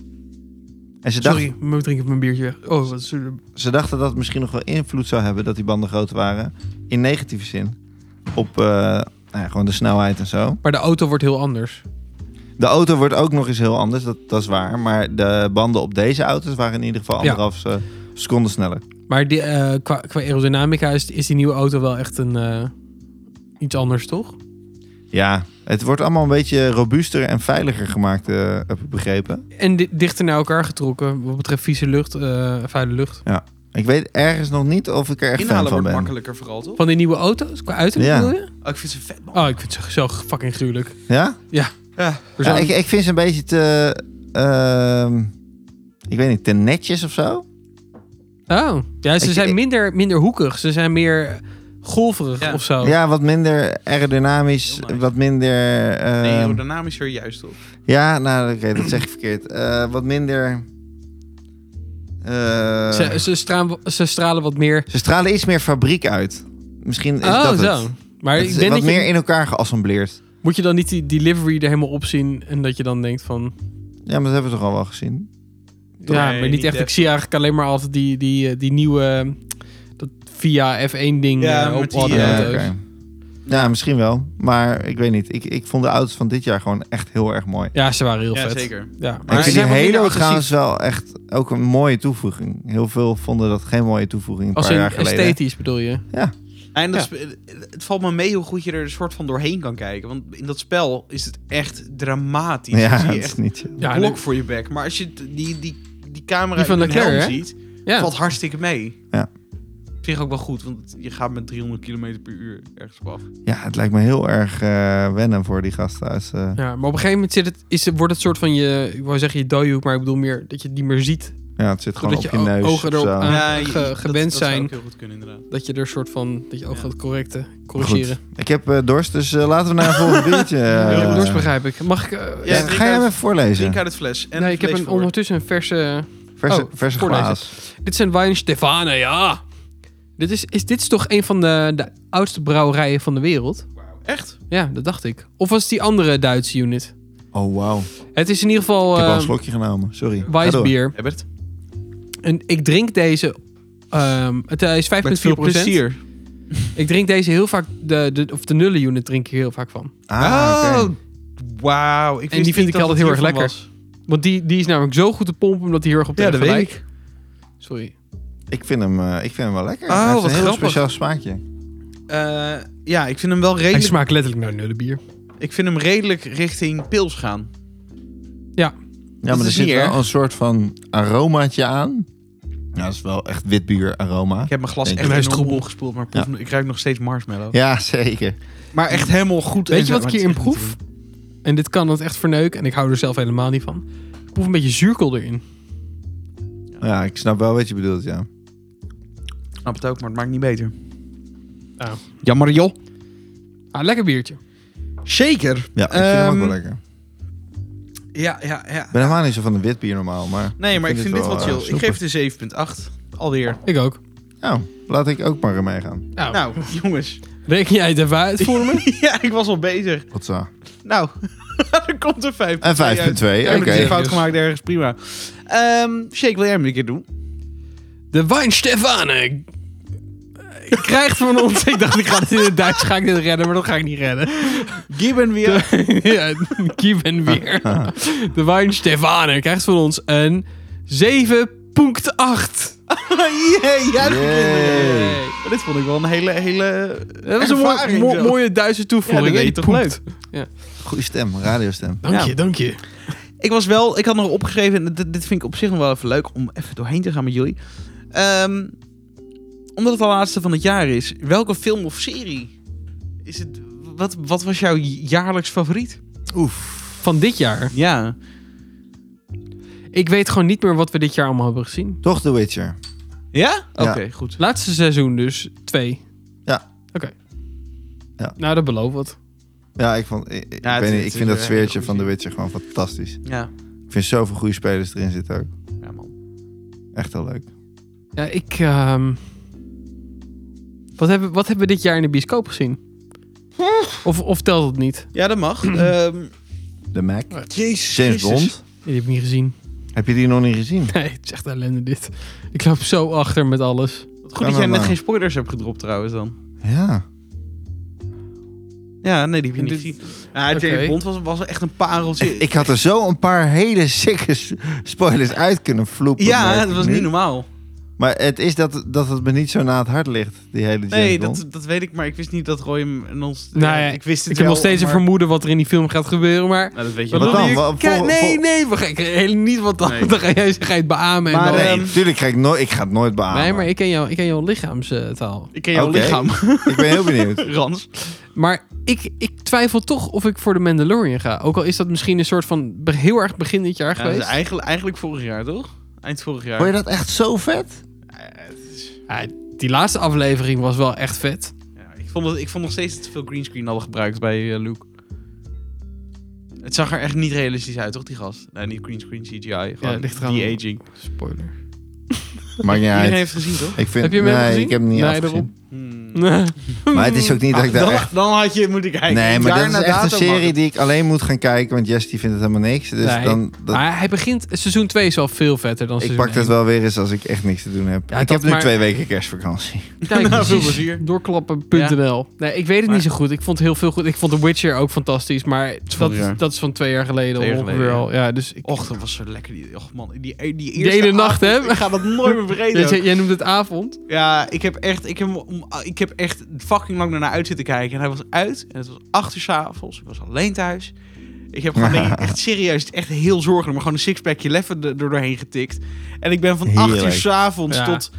En ze, dacht, sorry. We drinken mijn biertje weg. Oh, wat zullen- ze dachten dat het misschien nog wel invloed zou hebben dat die banden groot waren. In negatieve zin. Op eh, nou ja, gewoon de snelheid en zo. maar de auto wordt heel anders. De auto wordt ook nog eens heel anders, dat, dat is waar. Maar de banden op deze auto's waren in ieder geval Ja. anderhalf se- seconde sneller. Maar die, eh, qua, qua aerodynamica is, is die nieuwe auto wel echt een, eh, iets anders, toch? Ja, het wordt allemaal een beetje robuuster en veiliger gemaakt, eh, heb ik begrepen. En di- dichter naar elkaar getrokken wat betreft vieze lucht, eh, vuile lucht. Ik weet ergens nog niet of ik er echt fan Inhalen van wordt ben. makkelijker vooral, toch? Van die nieuwe auto's, qua uiterlijk Ja. bedoel je? Oh, ik vind ze vet, man. Oh, ik vind ze zo fucking gruwelijk. Ja? Ja. Er ja zijn- ik, ik vind ze een beetje te... ehm, ik weet niet, te netjes of zo? Oh, ja, ze Ik- zijn ik- minder, minder hoekig. Ze zijn meer golverig Ja. of zo. Ja, wat minder aerodynamisch, Heel nice. wat minder... ehm, Nee, aerodynamischer juist, toch? ja, nou oké, dat zeg ik verkeerd. Eh, wat minder... eh, Ze, ze, stralen, ze stralen wat meer. Ze stralen iets meer fabriek uit. Misschien is oh, dat zo. het. Maar Het ik is denk wat dat je, meer in elkaar geassembleerd. moet je dan niet die delivery er helemaal op zien en dat je dan denkt van. Ja, maar dat hebben we toch al wel gezien. ja, Nee, maar niet niet echt. echt. Ik zie eigenlijk alleen maar altijd die, die, eh, die nieuwe. eh, Dat via F1 ding Ja, eh, met op die, alle eh, Ja, auto's. oké. ja, misschien wel. Maar ik weet niet. Ik, ik vond de auto's van dit jaar gewoon echt heel erg mooi. Ja, ze waren heel ja, vet. zeker. Ja, Maar ze ik vind die zijn wat minder Halo agressief. trouwens wel echt ook een mooie toevoeging. Heel veel vonden dat geen mooie toevoeging een als paar in jaar geleden. esthetisch bedoel je. En dat Ja. is- het valt me mee hoe goed je er een soort van doorheen kan kijken. Want in dat spel is het echt dramatisch. Ja, Dan zie dat je is echt niet zo. Ja, een blok nu- voor je bek. Maar als je t- die, die, die camera Die in van hun Leclerc, helm hè? ziet, Ja. valt hartstikke mee. Ja. Op zich ook wel goed, want je gaat met 300 km per uur ergens op af. Ja, het lijkt me heel erg eh, wennen voor die gasten. Als, eh, Ja, maar op een gegeven moment zit het, is, het- wordt het soort van je, ik wou zeggen je doodhoek, maar ik bedoel meer dat je het niet meer ziet. ja, het zit gewoon Zodat op je je, neus. o- ogen of erop zo. aan- Ah, ge- je- dat- gewend dat zou zijn. ook heel goed kunnen, inderdaad. Dat je er een soort van, dat je ook Ja. gaat correcten, Maar corrigeren. Goed, ik heb eh, dorst, dus eh, laten we naar een volgend biertje. Ja, eh, Willem Dorst begrijp ik. Mag ik... eh, Ja, Ja, drink ga jij uit- hem even voorlezen? Drink uit het fles. En nee, ik heb vlees een, voor. ondertussen een verse... Verse, Oh, verse voorlezen. glaas. Dit zijn Wijn Stefane, ja! Dit is, is, dit is toch een van de, de oudste brouwerijen van de wereld? Echt? Ja, dat dacht ik. Of was het die andere Duitse unit? Oh, wauw. Ik Het is in ieder geval heb al een eh slokje genomen. Sorry. Ga door. Weissbier. Herbert? een, ik drink deze. ehm, het eh, is 5,4 Met veel plezier. Ik drink deze heel vaak. De, de, of de nullen unit drink ik heel vaak van. Ah, oké. Oh, wauw. Ik en die vind ik altijd heel erg lekker. Want die, die is namelijk zo goed te pompen omdat die heel erg op de Ja, dat weet gelijk- Sorry. ik, vind hem, eh, ik vind hem wel lekker. Oh, Hij heeft wat een heel grappig. speciaal smaakje. Eh, ja, ik vind hem wel Hij redelijk. smaakt letterlijk naar nullenbier. Ik vind hem redelijk richting pils gaan. Ja, maar is er zit niet wel erg. een soort van aromaatje aan. Ja, dat is wel echt witbier aroma. Ik heb mijn glas Denk echt ik. En hij is enorm troebel. opgespoeld, maar proef me- ik ruik nog steeds marshmallow. Ja, zeker. Maar echt helemaal goed. en Weet je zo, wat maar ik het hierin is echt niet proef? En dit kan het echt verneuken. En ik hou er zelf helemaal niet van. Ik proef een beetje zuurkool erin. Ja, ik snap wel wat je bedoelt, ja. te doen. Ik snap het ook, maar het maakt niet beter. Nou. Jammer joh. Ah, lekker biertje. Zeker. Ja, ik vind hem ook Ehm, wel lekker. Ja, ja, ja. Ik ben helemaal niet zo van de witbier normaal, maar... Nee, maar ik vind dit wel eh, chill. Ik snoepig. geef het een 7.8. Alweer. Ik ook. Nou, laat ik ook maar meegaan. Nou, Nou, jongens. reken jij het even uit voor me? ja, ik was al bezig. Wat zo. Nou, er komt een 5. En 5.2, oké. Ik heb een fout Dus- gemaakt ergens, prima. Ehm Shake, wil jij hem een keer doen? De Wijn Stefane krijgt van ons. Ik dacht, ik ga dit in het Duits ga ik dit redden, maar dat ga ik niet redden. Gibbon weer. ja, keep en weer. De Wijn Stefane krijgt van ons een 7.8. Jee, jij doet het Yay. weer. Maar Dit vond ik wel een hele, hele... Dat was een mooi, Ervaring mo- zo. mooie Duitse toevoeging. Ja, dat Die weet ik poept. toch Goeie stem, radiostem. Dank Ja. je, dank je. Ik was wel... Ik had nog opgeschreven... en Dit, dit vind ik op zich nog wel even leuk om even doorheen te gaan met jullie. Ehm, omdat het de laatste van het jaar is. Welke film of serie is het... Wat, wat was jouw jaarlijks favoriet? Oef. Van dit jaar. Ja. Ik weet gewoon niet meer wat we dit jaar allemaal hebben gezien. Toch The Witcher. Ja? Oké, Ja. goed. Laatste seizoen dus, twee. Ja. Oké. Ja. Nou, dat belooft wat. Ja, ik, vond, ik, ik Ja, het- weet niet, het ik is vind dat weer sfeertje goed. van The Witcher gewoon fantastisch. Ja. Ik vind zoveel goede spelers erin zitten ook. Ja, man. Echt heel leuk. Ja, ik... ehm, Wat, hebben, wat hebben we dit jaar in de bioscoop gezien? Of, of telt dat niet? Ja, dat mag. Ehm The Mac. Jezus. James Bond. Nee, die heb ik niet gezien. Heb je die nog niet gezien? Nee, het is echt ellende dit. Ik loop zo achter met alles. Goed dat jij net geen spoilers hebt gedropt trouwens dan. Ja. Ja, nee, die heb je niet Dit- gezien. Ja, Oké. James Bond was, was echt een pareltje. Ik, ik had er zo een paar hele sikke s- spoilers uit kunnen vloepen. merk ja, dat ik was nu. niet normaal. Maar het is dat, dat het me niet zo na het hart ligt, die hele James Nee, Bond. dat, dat weet ik, maar ik wist niet dat Roy hem en ons... Nou ja, ik wist het ik heb wel, nog steeds een maar- vermoeden wat er in die film gaat gebeuren, maar... Nou, dat weet je wel. Wat dan? Wil je- Wat- Kijk, vol- nee, vol- nee, we gaan helemaal niet wat dan. Nee. Dan ga jij ga je het beamen. en Maar, dan- eh, Nee, natuurlijk ga ik nooit... Ik ga het nooit beamen. nee, maar ik... ik ken, jou, ik ken jouw lichaamstaal. Ik ken jouw Oké. lichaam, ben heel benieuwd. Rans. Maar ik, ik twijfel toch of ik voor de Mandalorian ga. Ook al is dat misschien een soort van be- heel erg begin dit jaar Ja, dat is geweest. eigenlijk, eigenlijk vorig jaar, toch? Eind vorig jaar. Vond je dat echt zo vet? Eh, het is- Ja, die laatste aflevering was wel echt vet. ja, ik, vond het, ik vond nog steeds dat ze veel greenscreen hadden gebruikt bij eh, Luke. Het zag er echt niet realistisch uit, toch, die gast? Nee, niet greenscreen, CGI. Gewoon ligt eraan. de-aging. Spoiler. Maakt niet Iedereen uit. heeft het gezien, toch? Ik vind, Heb je hem nee, even gezien? ik heb hem niet Nee, afgezien. daarom. Hmm. Maar het is ook niet dat ik daar dan, echt... dan had je moeten kijken. Nee, maar dat Daarna is echt een datum serie hadden. die ik alleen moet gaan kijken, want Jess die vindt het helemaal niks. Dus Nee. dan, dat- Maar hij begint... Seizoen 2 is wel veel vetter dan ik dus seizoen pak dat wel weer eens als ik echt niks te doen heb. Ja, ik dat heb nu maar- twee weken kerstvakantie. Nou, Kijk, veel precies. plezier. Doorklappen.nl. Nee, ik weet het Maar- niet zo goed. Ik vond heel veel goed. Ik vond The Witcher ook fantastisch. Maar dat, vorig jaar. dat is van twee jaar geleden Twee jaar ongeveer geleden, Oh, al. Ja, dus ik, Och, dat was zo lekker. Die, och man, die, die, die die ene nacht, hè? Ik ga dat nooit meer vergeten. Jij, jij noemt het avond. Ja, ik heb echt, ik heb, om- ik heb echt fucking lang daarna uit zitten kijken. En hij was uit. En het was acht uur 's avonds. Ik was alleen thuis. Ik heb gewoon denk ik, echt serieus, echt heel zorgelijk, maar gewoon een sixpackje leffen er er doorheen getikt. En ik ben van acht uur Heerlijk. 's avonds Ja. tot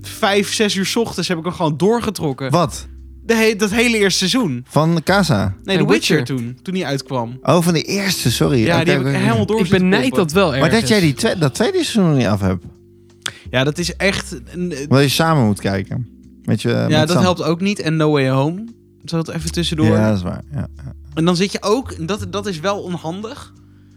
vijf, zes uur 's ochtends heb ik hem gewoon doorgetrokken. Wat? De he- dat hele eerste seizoen. Van Casa? Nee, En The Witcher, Witcher. toen, toen die uitkwam. Oh, van de eerste, sorry. Ja, Oké, die heb ik oké. helemaal door Ik zitten benijd proppen. dat wel ergens. Maar dat jij die twee, dat tweede seizoen nog niet af hebt. Ja, dat is echt... een- Omdat je samen moet kijken. Met je, met ja, dat Sam. helpt ook niet. En No Way Home. Zat even tussendoor. Ja, dat is waar. Ja. En dan zit je ook... en Dat, dat is wel onhandig.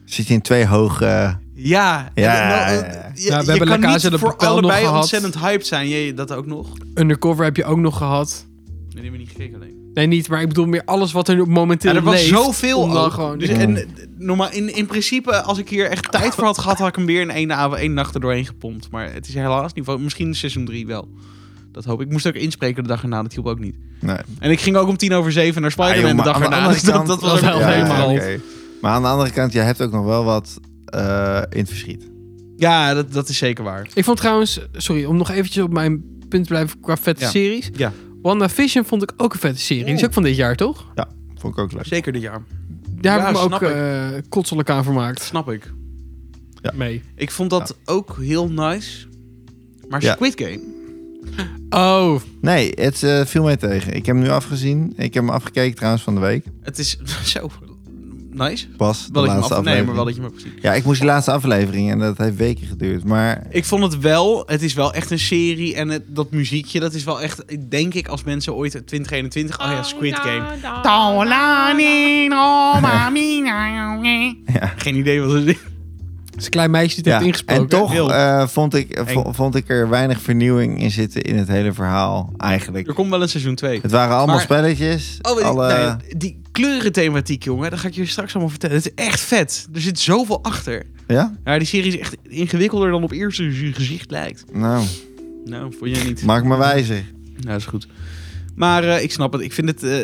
Zit je in twee hoge... Ja. Ja, En, eh, ja, ja. je- Ja, we je hebben La kan Casa niet de voor Papel nog allebei gehad. ontzettend hyped zijn. Je, dat ook nog. Nee, Undercover heb je ook nog gehad. die hebben we niet gekeken alleen. Nee, niet, maar ik bedoel meer alles wat er momenteel Ja, er was leeft, zoveel om dan ook. gewoon- dus Ja. en, eh, normaal, in, in principe, als ik hier echt tijd voor had gehad, had ik hem weer in één, avond, één nacht er doorheen gepompt. Maar het is helaas niet. voor- Misschien seizoen 3 wel. Dat hoop ik. Ik moest ook inspreken de dag erna. Dat hielp ook niet. Nee. En ik ging ook om tien over zeven naar Ah, Spider-Man de joh, maar dag aan de erna. andere Dus dat, kant- dat was dat ook helpt helemaal. helemaal. Ja, oké. Maar aan de andere kant, jij hebt ook nog wel wat eh, in het verschiet. dat, dat is zeker waar. Ik vond trouwens, sorry, om nog eventjes op mijn punt te blijven qua vette Ja. series. Ja. WandaVision vond ik ook een vette serie. Die is Oeh. ook van dit jaar, toch? Vond ik ook leuk. Zeker dit jaar. Daar Ja, heb ik me snap ook ik. eh kotselijk aan vermaakt. Snap ik. Ja. Mee. Ik vond dat ook heel nice. Maar Ja. Squid Game. Oh, Nee, het eh, viel mij tegen. Ik heb hem nu afgezien. Ik heb hem afgekeken trouwens van de week. Het is zo nice. Pas de Wel dat je me laatste af... Nee, maar aflevering. wel dat je me precies. Ja, ik moest die laatste aflevering en dat heeft weken geduurd. Maar Ik vond het wel, het is wel echt een serie en het, dat muziekje, dat is wel echt, denk ik, als mensen ooit 2021, oh ja, Squid Game. ja. Geen idee wat het is. het is een klein meisje die het ja. heeft ingesproken. En toch Heel. eh, vond, ik, Eng. vo- vond ik er weinig vernieuwing in zitten in het hele verhaal eigenlijk. Er komt wel een seizoen 2. Het waren allemaal Maar- spelletjes. Oh, weet ik- alle... nee, die kleurenthematiek, jongen, dat ga ik je straks allemaal vertellen. Het is echt vet. Er zit zoveel achter. Ja? Ja, die serie is echt ingewikkelder dan op eerste z- gezicht lijkt. Nou, Nou, vond je niet. maak me wijzer. Nou, is goed. Maar eh, ik snap het. Ik vind het... eh,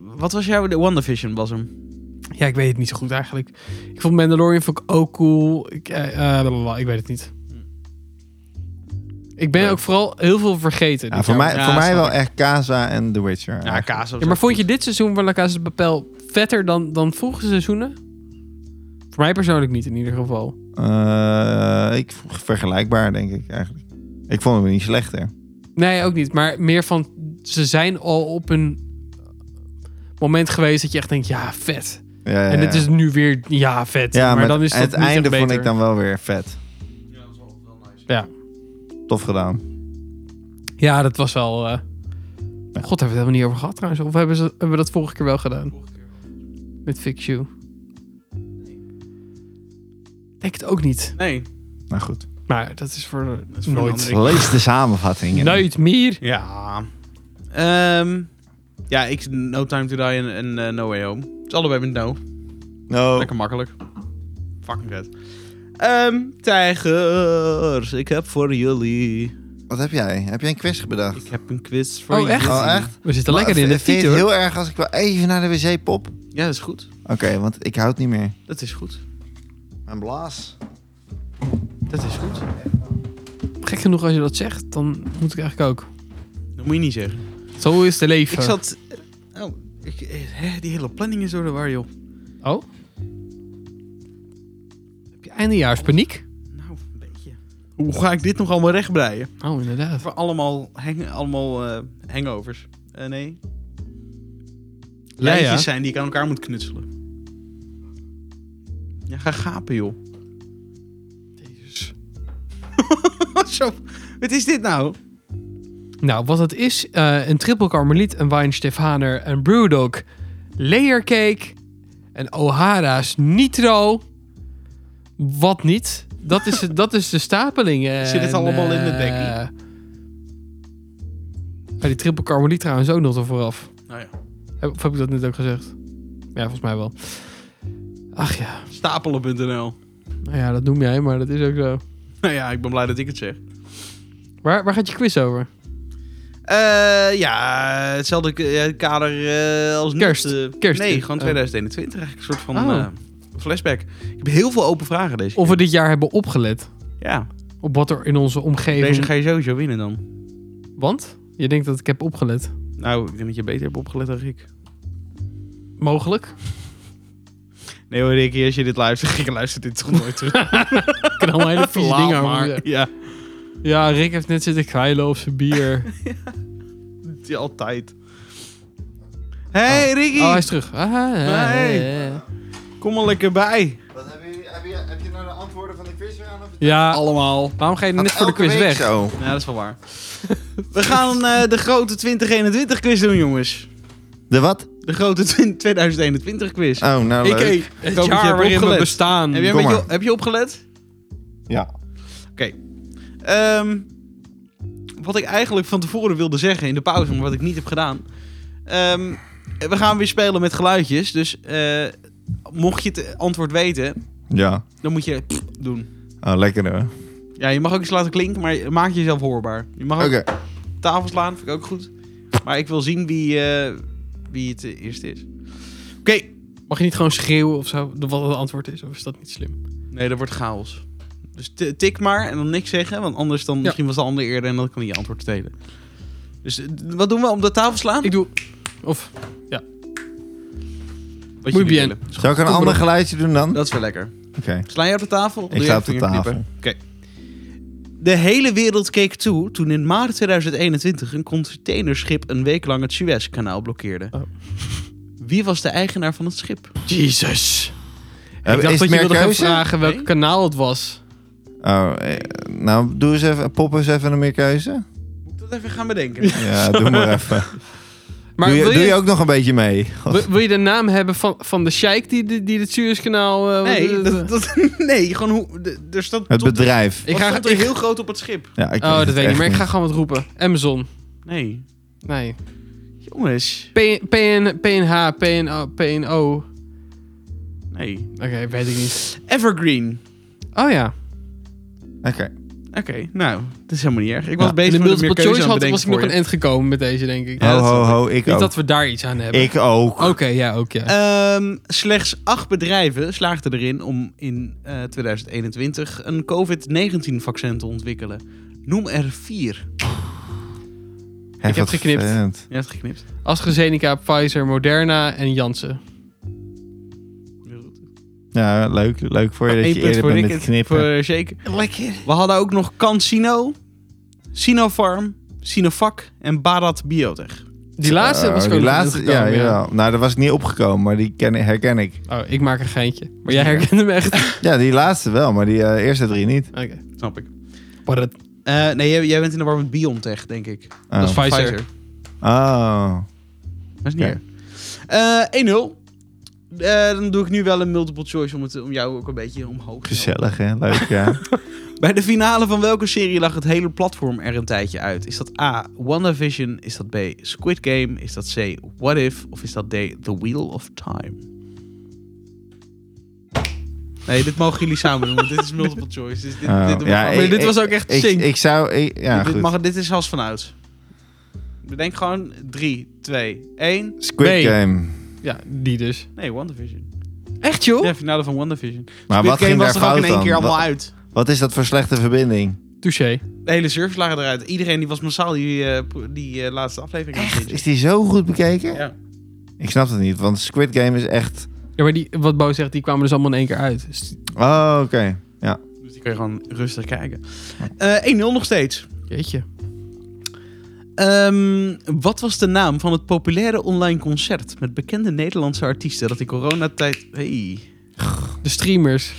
wat was jouw... De WandaVision was hem. Ja, ik weet het niet zo goed eigenlijk. Ik vond Mandalorian vond ik ook cool. Ik, eh, eh, blablabla, ik weet het niet. Ik ben Ja. ook vooral heel veel vergeten. Ja, dit voor jaar. mij, Ja, voor mij snap wel ik. echt Casa en The Witcher. Ja, eigenlijk. kaas. Ja, maar vond je dit seizoen van La Casa de Papel vetter dan, dan vorige seizoenen? Voor mij persoonlijk niet in ieder geval. Eh, ik vergelijkbaar, denk ik eigenlijk. Ik vond hem niet slechter. Nee, ook niet. Maar meer van, ze zijn al op een moment geweest dat je echt denkt, ja, vet. Ja, ja, En het ja. is nu weer, ja, vet. Ja, maar, dan is dat het niet echt einde vond ik beter. dan wel weer vet. Tof gedaan. Ja, dat was wel... eh, God, hebben we het helemaal niet over gehad trouwens. Of hebben, ze, hebben we dat vorige keer wel gedaan? Met Fix You. Denk het ook niet. Nee. Nou goed. Maar dat is voor, Dat is voor een nooit. andere Lees de samenvatting. En- Nooit meer. Ja. Ehm, ja, ik No Time to Die en, en eh, No Way Home. Het is allebei met Oh. No. No. Lekker makkelijk. Fucking vet. Ehm, tijgers, ik heb voor jullie. Wat heb jij? Heb jij een quiz bedacht? Ik heb een quiz voor Oh, echt? jullie. Oh, echt? We zitten lekker in de Vind fiets, je hoor. het heel erg als ik wel even naar de wc pop? Ja, dat is goed. Oké, want ik houd niet meer. Dat is goed. Mijn blaas. Dat is goed. Gek genoeg als je dat zegt, dan moet ik eigenlijk ook. Dat moet je niet zeggen. Zo is de leven. Ik zat. Oh, ik, eh, hè, die hele planning is door de war, joh. Oh? Heb je eindejaarspaniek? Nou, een beetje. Hoe ga ik dit nog allemaal rechtbreien? Oh, inderdaad. Voor allemaal, hang, allemaal eh, hangovers. Eh, nee. Lijntjes zijn die ik aan elkaar moet knutselen. Ja, ga gapen, joh. Zo, wat is dit nou? Nou, wat het is, eh, een triple karmeliet, een Weinstefhaner, een brewdog, layer-cake, een O'Hara's nitro. Wat niet? Dat is, dat is de stapeling. eh, Zit het en, allemaal in de eh, dekkie? Maar die triple karmeliet trouwens ook nog er vooraf. Nou ja, Heb, of heb ik dat net ook gezegd? Ja, volgens mij wel. Ach ja, stapelen.nl. nou ja, dat noem jij, maar dat is ook zo. Nou ja, ik ben blij dat ik het zeg. Waar, waar gaat je quiz over? Eh, ja, hetzelfde k- eh, kader eh, als net, Kerst. eh, Kerst. Nee, gewoon Oh. 2021. Eigenlijk een soort van Oh. eh, flashback. Ik heb heel veel open vragen deze Of keer. we dit jaar hebben opgelet Ja, op wat er in onze omgeving... deze ga je sowieso winnen dan. Want? Je denkt dat ik heb opgelet. Nou, ik denk dat je beter hebt opgelet dan ik. Mogelijk. Nee hoor, Ricky, als je dit luistert, ik luister dit toch nooit terug. Ik kan allemaal hele vieze dingen over maar. zeggen. Ja, Ja, Rick heeft net zitten kwijlen op zijn bier. die altijd. hey, Ricky, Oh, hij is terug. Ah, ah, ah, Nee. ah. kom er lekker bij. Wat heb, je, heb, je, heb je nou de antwoorden van de quiz weer aan? Of Ja, Allemaal. waarom ga je net voor de quiz weg? Zo. Ah. Ja, dat is wel waar. We gaan eh, de grote 2021 quiz doen, jongens. De wat? De grote 20- 2021 quiz. Oh, nou leuk. Ik, hoop Het dat je jaar hebt waarin we opgelet. bestaan. Heb, jij Kom een beetje- maar. heb je opgelet? Ja. Ehm, wat ik eigenlijk van tevoren wilde zeggen in de pauze, maar wat ik niet heb gedaan. Ehm, we gaan weer spelen met geluidjes. Dus eh, mocht je het antwoord weten, Ja, dan moet je doen. Ah, lekker hè. Oh. Ja, je mag ook iets laten klinken, maar maak jezelf hoorbaar. Je mag ook Oké. tafel slaan, vind ik ook goed. Maar ik wil zien wie, eh, wie het eh, eerst is. Oké. Mag je niet gewoon schreeuwen of zo, de- wat het antwoord is? Of is dat niet slim? Nee, dat wordt chaos. Dus t- tik maar en dan niks zeggen, want anders dan misschien was de ander eerder en dan kan hij je antwoord stelen. Dus eh, d- wat doen we om de tafel slaan? Ik doe... Of... Wat Muy jullie bien. willen. Zou ik een ander geluidje doen dan? Oké. Dat is wel lekker. Sla je op de tafel? Doe Ik je sta je op de vingerknippen? tafel. Oké. De hele wereld keek toe toen in maart 2021 een containerschip een week lang het Suezkanaal blokkeerde. Oh. Wie was de eigenaar van het schip? Jesus. Heb- is ik dacht dat het je meer wilde gaan keuze? vragen welk Nee. kanaal het was. Oh, eh, nou, doe eens even, pop eens even een meer keuze. Moet ik dat even gaan bedenken? Ja, doe maar even. Maar doe, je, wil, je, doe je ook nog een beetje mee? wil, wil je de naam hebben van, van de sheik die, die, die het Suezkanaal... eh, Nee, dat, wat- dat- nee gewoon hoe. de- Er stond, Het tot- bedrijf. wat Ik ga- stond er ik- heel groot op het schip. Ja, ik Oh, dat weet ik niet. echt Maar ik ga gewoon wat roepen. Amazon. Nee. Nee. Jongens. P- PN, PNH, PNO, PNO. Oké, Nee. weet ik niet. Evergreen. Oh ja. Oké. Oké, nou, dat is helemaal niet erg. Ik was Ja. bezig In de met een meer multiple keuze choice aan het had, was bedenken ik nog voor een je. end gekomen met deze, denk ik. Ja, ho, dat ho, snap ho. Ik Niet ook. dat we Oh, daar iets aan hebben. Ik Eh. ook. Oké, ja, ook ja. Ehm, slechts acht bedrijven slaagden erin om in eh, 2021 een COVID-19-vaccin te ontwikkelen. Noem er vier. Hè, ik heb wat geknipt. vervelend. Je hebt geknipt. AstraZeneca, Pfizer, Moderna en Janssen. Ja, leuk, leuk voor Ah, je dat Eén je punt eerder voor bent Rick met en knippen. voor Shake. We hadden ook nog CanSino, Sinopharm, Sinovac en Barat Biotech. Die laatste was Eh, gewoon die nog laatste, niet gekomen, ja, jawel. Nou, daar was ik niet opgekomen, maar die ken, herken ik. Oh, ik maak een geintje. Maar jij herkende hem echt. Oké. Ja, die laatste wel, maar die eh, eerste drie niet. Snap ik. Maar dat, Eh, nee, jij, jij bent in de war met Biontech, denk ik. Oh. dat is Pfizer. Oh. Dat is niet Oké. erg. Eh, 1-0. Eh, dan doe ik nu wel een multiple choice om, het, om jou ook een beetje omhoog te helpen. Gezellig, hè? Leuk, ja. Bij de finale van welke serie lag het hele platform er een tijdje uit? Is dat A. WandaVision? Is dat B. Squid Game? Is dat C. What If? Of is dat D. The Wheel of Time? Nee, dit mogen jullie samen doen, want dit is multiple choice. Dus dit, Oh, dit, doen we ja, gewoon- ik- maar dit ik- was ook echt ik, zink. ik zou... Ik, ja, dit, goed. mag, dit is als vanuit. Bedenk gewoon 3, 2, 1. Squid Nee. Game. Ja, die dus. Nee, WandaVision. Echt, joh? Ja, finale van WandaVision. Maar Squid wat Game ging was toch daar ook fout in één dan? keer allemaal Wat- uit? Wat is dat voor slechte verbinding? Touché. De hele service lag eruit. Iedereen die was massaal die, eh, pro- die eh, laatste aflevering. aan het Echt? zien. Is die zo goed bekeken? Ja. Ik snap het niet, want Squid Game is echt... Ja, maar die, wat Bo zegt, die kwamen dus allemaal in één keer uit. Dus- Oh, oké. Dus die kun je gewoon rustig kijken. Eh, 1-0 nog steeds. jeetje. Ehm, wat was de naam van het populaire online concert met bekende Nederlandse artiesten dat in coronatijd... Hey. De streamers.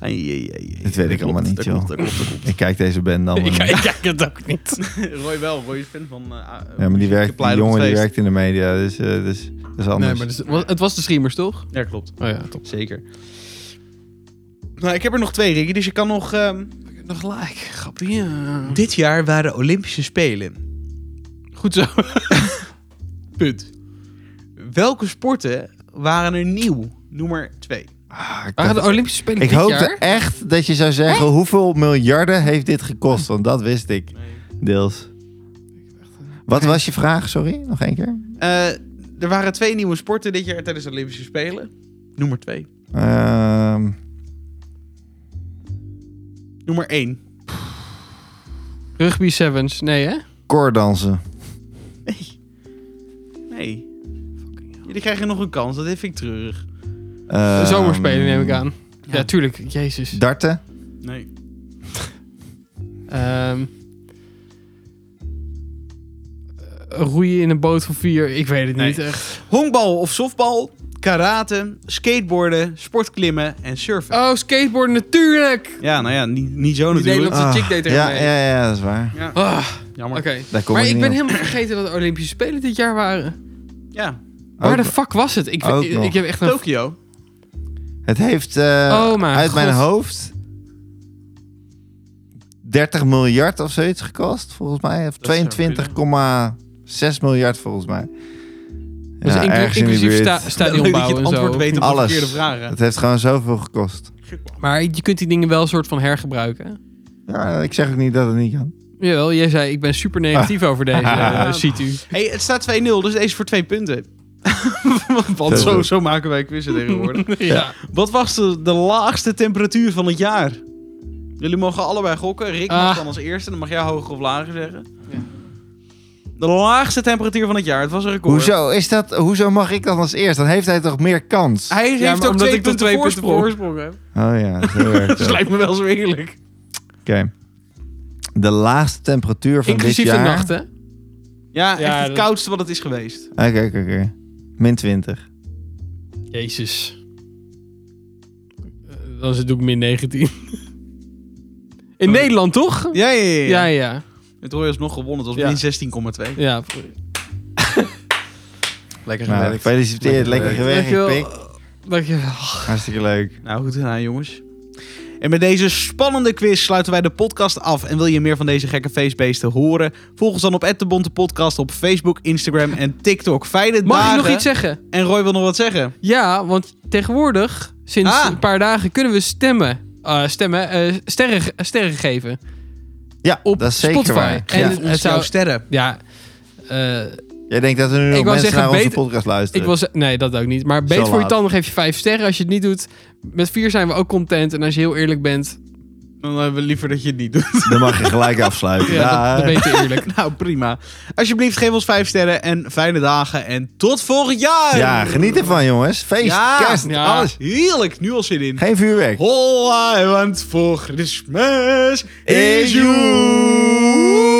Ai, ai, ai, ai. Dit weet ik Dat klopt, allemaal niet, dat joh. klopt, dat klopt, dat Ik kijk deze band dan. Ik, maar niet. ik kijk het ook niet. klopt. Roy wel, Roy is fan van... eh, ah, Ja, maar die, werkt, die Plein op het jongen die feest. werkt in de media, dus, eh, dus dat is anders. Nee, maar dus- het was- het was de streamers, toch? Ja, klopt. Oh ja, top. Zeker. Nou, ik heb er nog twee, Ricky, dus je kan nog... ehm, Nog gelijk. Grappig. Ja. Dit jaar waren Olympische Spelen. Goed zo. Punt. Welke sporten waren er nieuw? Nummer 2. Ah, ik Waren de dacht- Olympische Spelen ik dit hoopte jaar? echt dat je zou zeggen hoeveel miljarden heeft dit gekost, want dat wist ik deels. Wat was je vraag, sorry? Nog één keer? Eh, er waren twee nieuwe sporten dit jaar tijdens de Olympische Spelen. Nummer twee. Ehm, Nummer één. Rugby sevens. Nee, hè? koordansen. Nee. Nee. Jullie krijgen nog een kans. Dat vind ik treurig. Ehm, De zomerspelen neem ik aan. Ja, tuurlijk. Jezus. Darten. Nee. Ehm, eh, roeien in een boot van vier. Ik weet het Nee. niet echt. Honkbal of softbal. Karate. Skateboarden. Sportklimmen. En surfen. Oh, skateboarden natuurlijk. Ja, nou ja. Niet, niet zo Die natuurlijk. Nederlandse Ah, chick deed er ja, mee. ja, ja, dat is waar. Ah, Jammer. Oké. Daar kom Maar ik ik niet ben op. helemaal vergeten dat de Olympische Spelen dit jaar waren. Ja. Waar de Ook- fuck was het? Ik, ook ik, nog. ik heb echt een... Tokio. Het heeft eh, Oh mijn uit mijn God. hoofd 30 miljard of zoiets gekost, volgens mij. Of Dat zou 22,6 miljard volgens mij. Dus Ja, inclu- ergens in die inclusief buurt. sta- stadion Leuk dat je bouwen het en zo. antwoord weet op Alles. de verkeerde vragen. Het heeft gewoon zoveel gekost. Maar je kunt die dingen wel een soort van hergebruiken. Ja, ik zeg ook niet dat het niet kan. Jawel, jij zei ik ben super negatief over deze eh, situ. Hey, het staat 2-0, dus deze voor twee punten. Want Zo, zo, zo. zo maken wij quizzen tegenwoordig. ja. Wat was de, de laagste temperatuur van het jaar? Jullie mogen allebei gokken. Rick mag Ah. dan als eerste, dan mag jij hoger of lager zeggen. De laagste temperatuur van het jaar. Het was een record. Hoezo, is dat, hoezo mag ik dan als eerst? Dan heeft hij toch meer kans? Hij Ja, heeft maar ook omdat twee ik tot punten twee punten voorsprong. heb. Oh ja, zo werkt Dus het. Oké. lijkt me wel zo eerlijk. De laagste temperatuur van Inclusief dit de jaar... nachten. Ja, Ja, echt het dat- koudste wat het is geweest. Oké, oké, oké. Min 20. Jezus. Eh, Dan doe ik min 19. In Oh. Nederland toch? Ja, ja, ja. Ja, ja. Het hoor je alsnog gewonnen. Het Ja. was min 16,2. ja. Lekker Nou, gewerkt. gefeliciteerd. Lekker gewerkt, Dankjewel. Pik. Dankjewel. Hartstikke leuk. Nou, goed gedaan, jongens. En met deze spannende quiz sluiten wij de podcast af. En wil je meer van deze gekke feestbeesten horen? Volg ons dan op de Bonte Podcast op Facebook, Instagram en TikTok. Fijne Mag dagen. ik nog iets zeggen? En Roy wil nog wat zeggen. Ja, want tegenwoordig, sinds Ah. een paar dagen, kunnen we stemmen. Eh, stemmen, eh, sterren, ge- sterren geven. Ja, Op dat is zeker Spotify. waar. En Ja. het- Ons zou- jouw sterren. Ja, eh, Jij denkt dat er nu Ik nog wou mensen zeggen, naar onze beter- podcast luisteren? ik was. Nee, dat ook niet. Maar beet voor je laat. tanden geef je vijf sterren. Als je het niet doet, met vier zijn we ook content. En als je heel eerlijk bent, Dan hebben we liever dat je het niet doet. Dan mag je gelijk afsluiten. ja, Ja, dat, dat ben je te eerlijk. nou, prima. Alsjeblieft, geef ons vijf sterren en fijne dagen. En tot volgend jaar. ja, geniet ervan, jongens. Feest, Ja. kerst, Ja. alles. Heerlijk, nu al zin in. Geen vuurwerk. All I want for Christmas is Is you.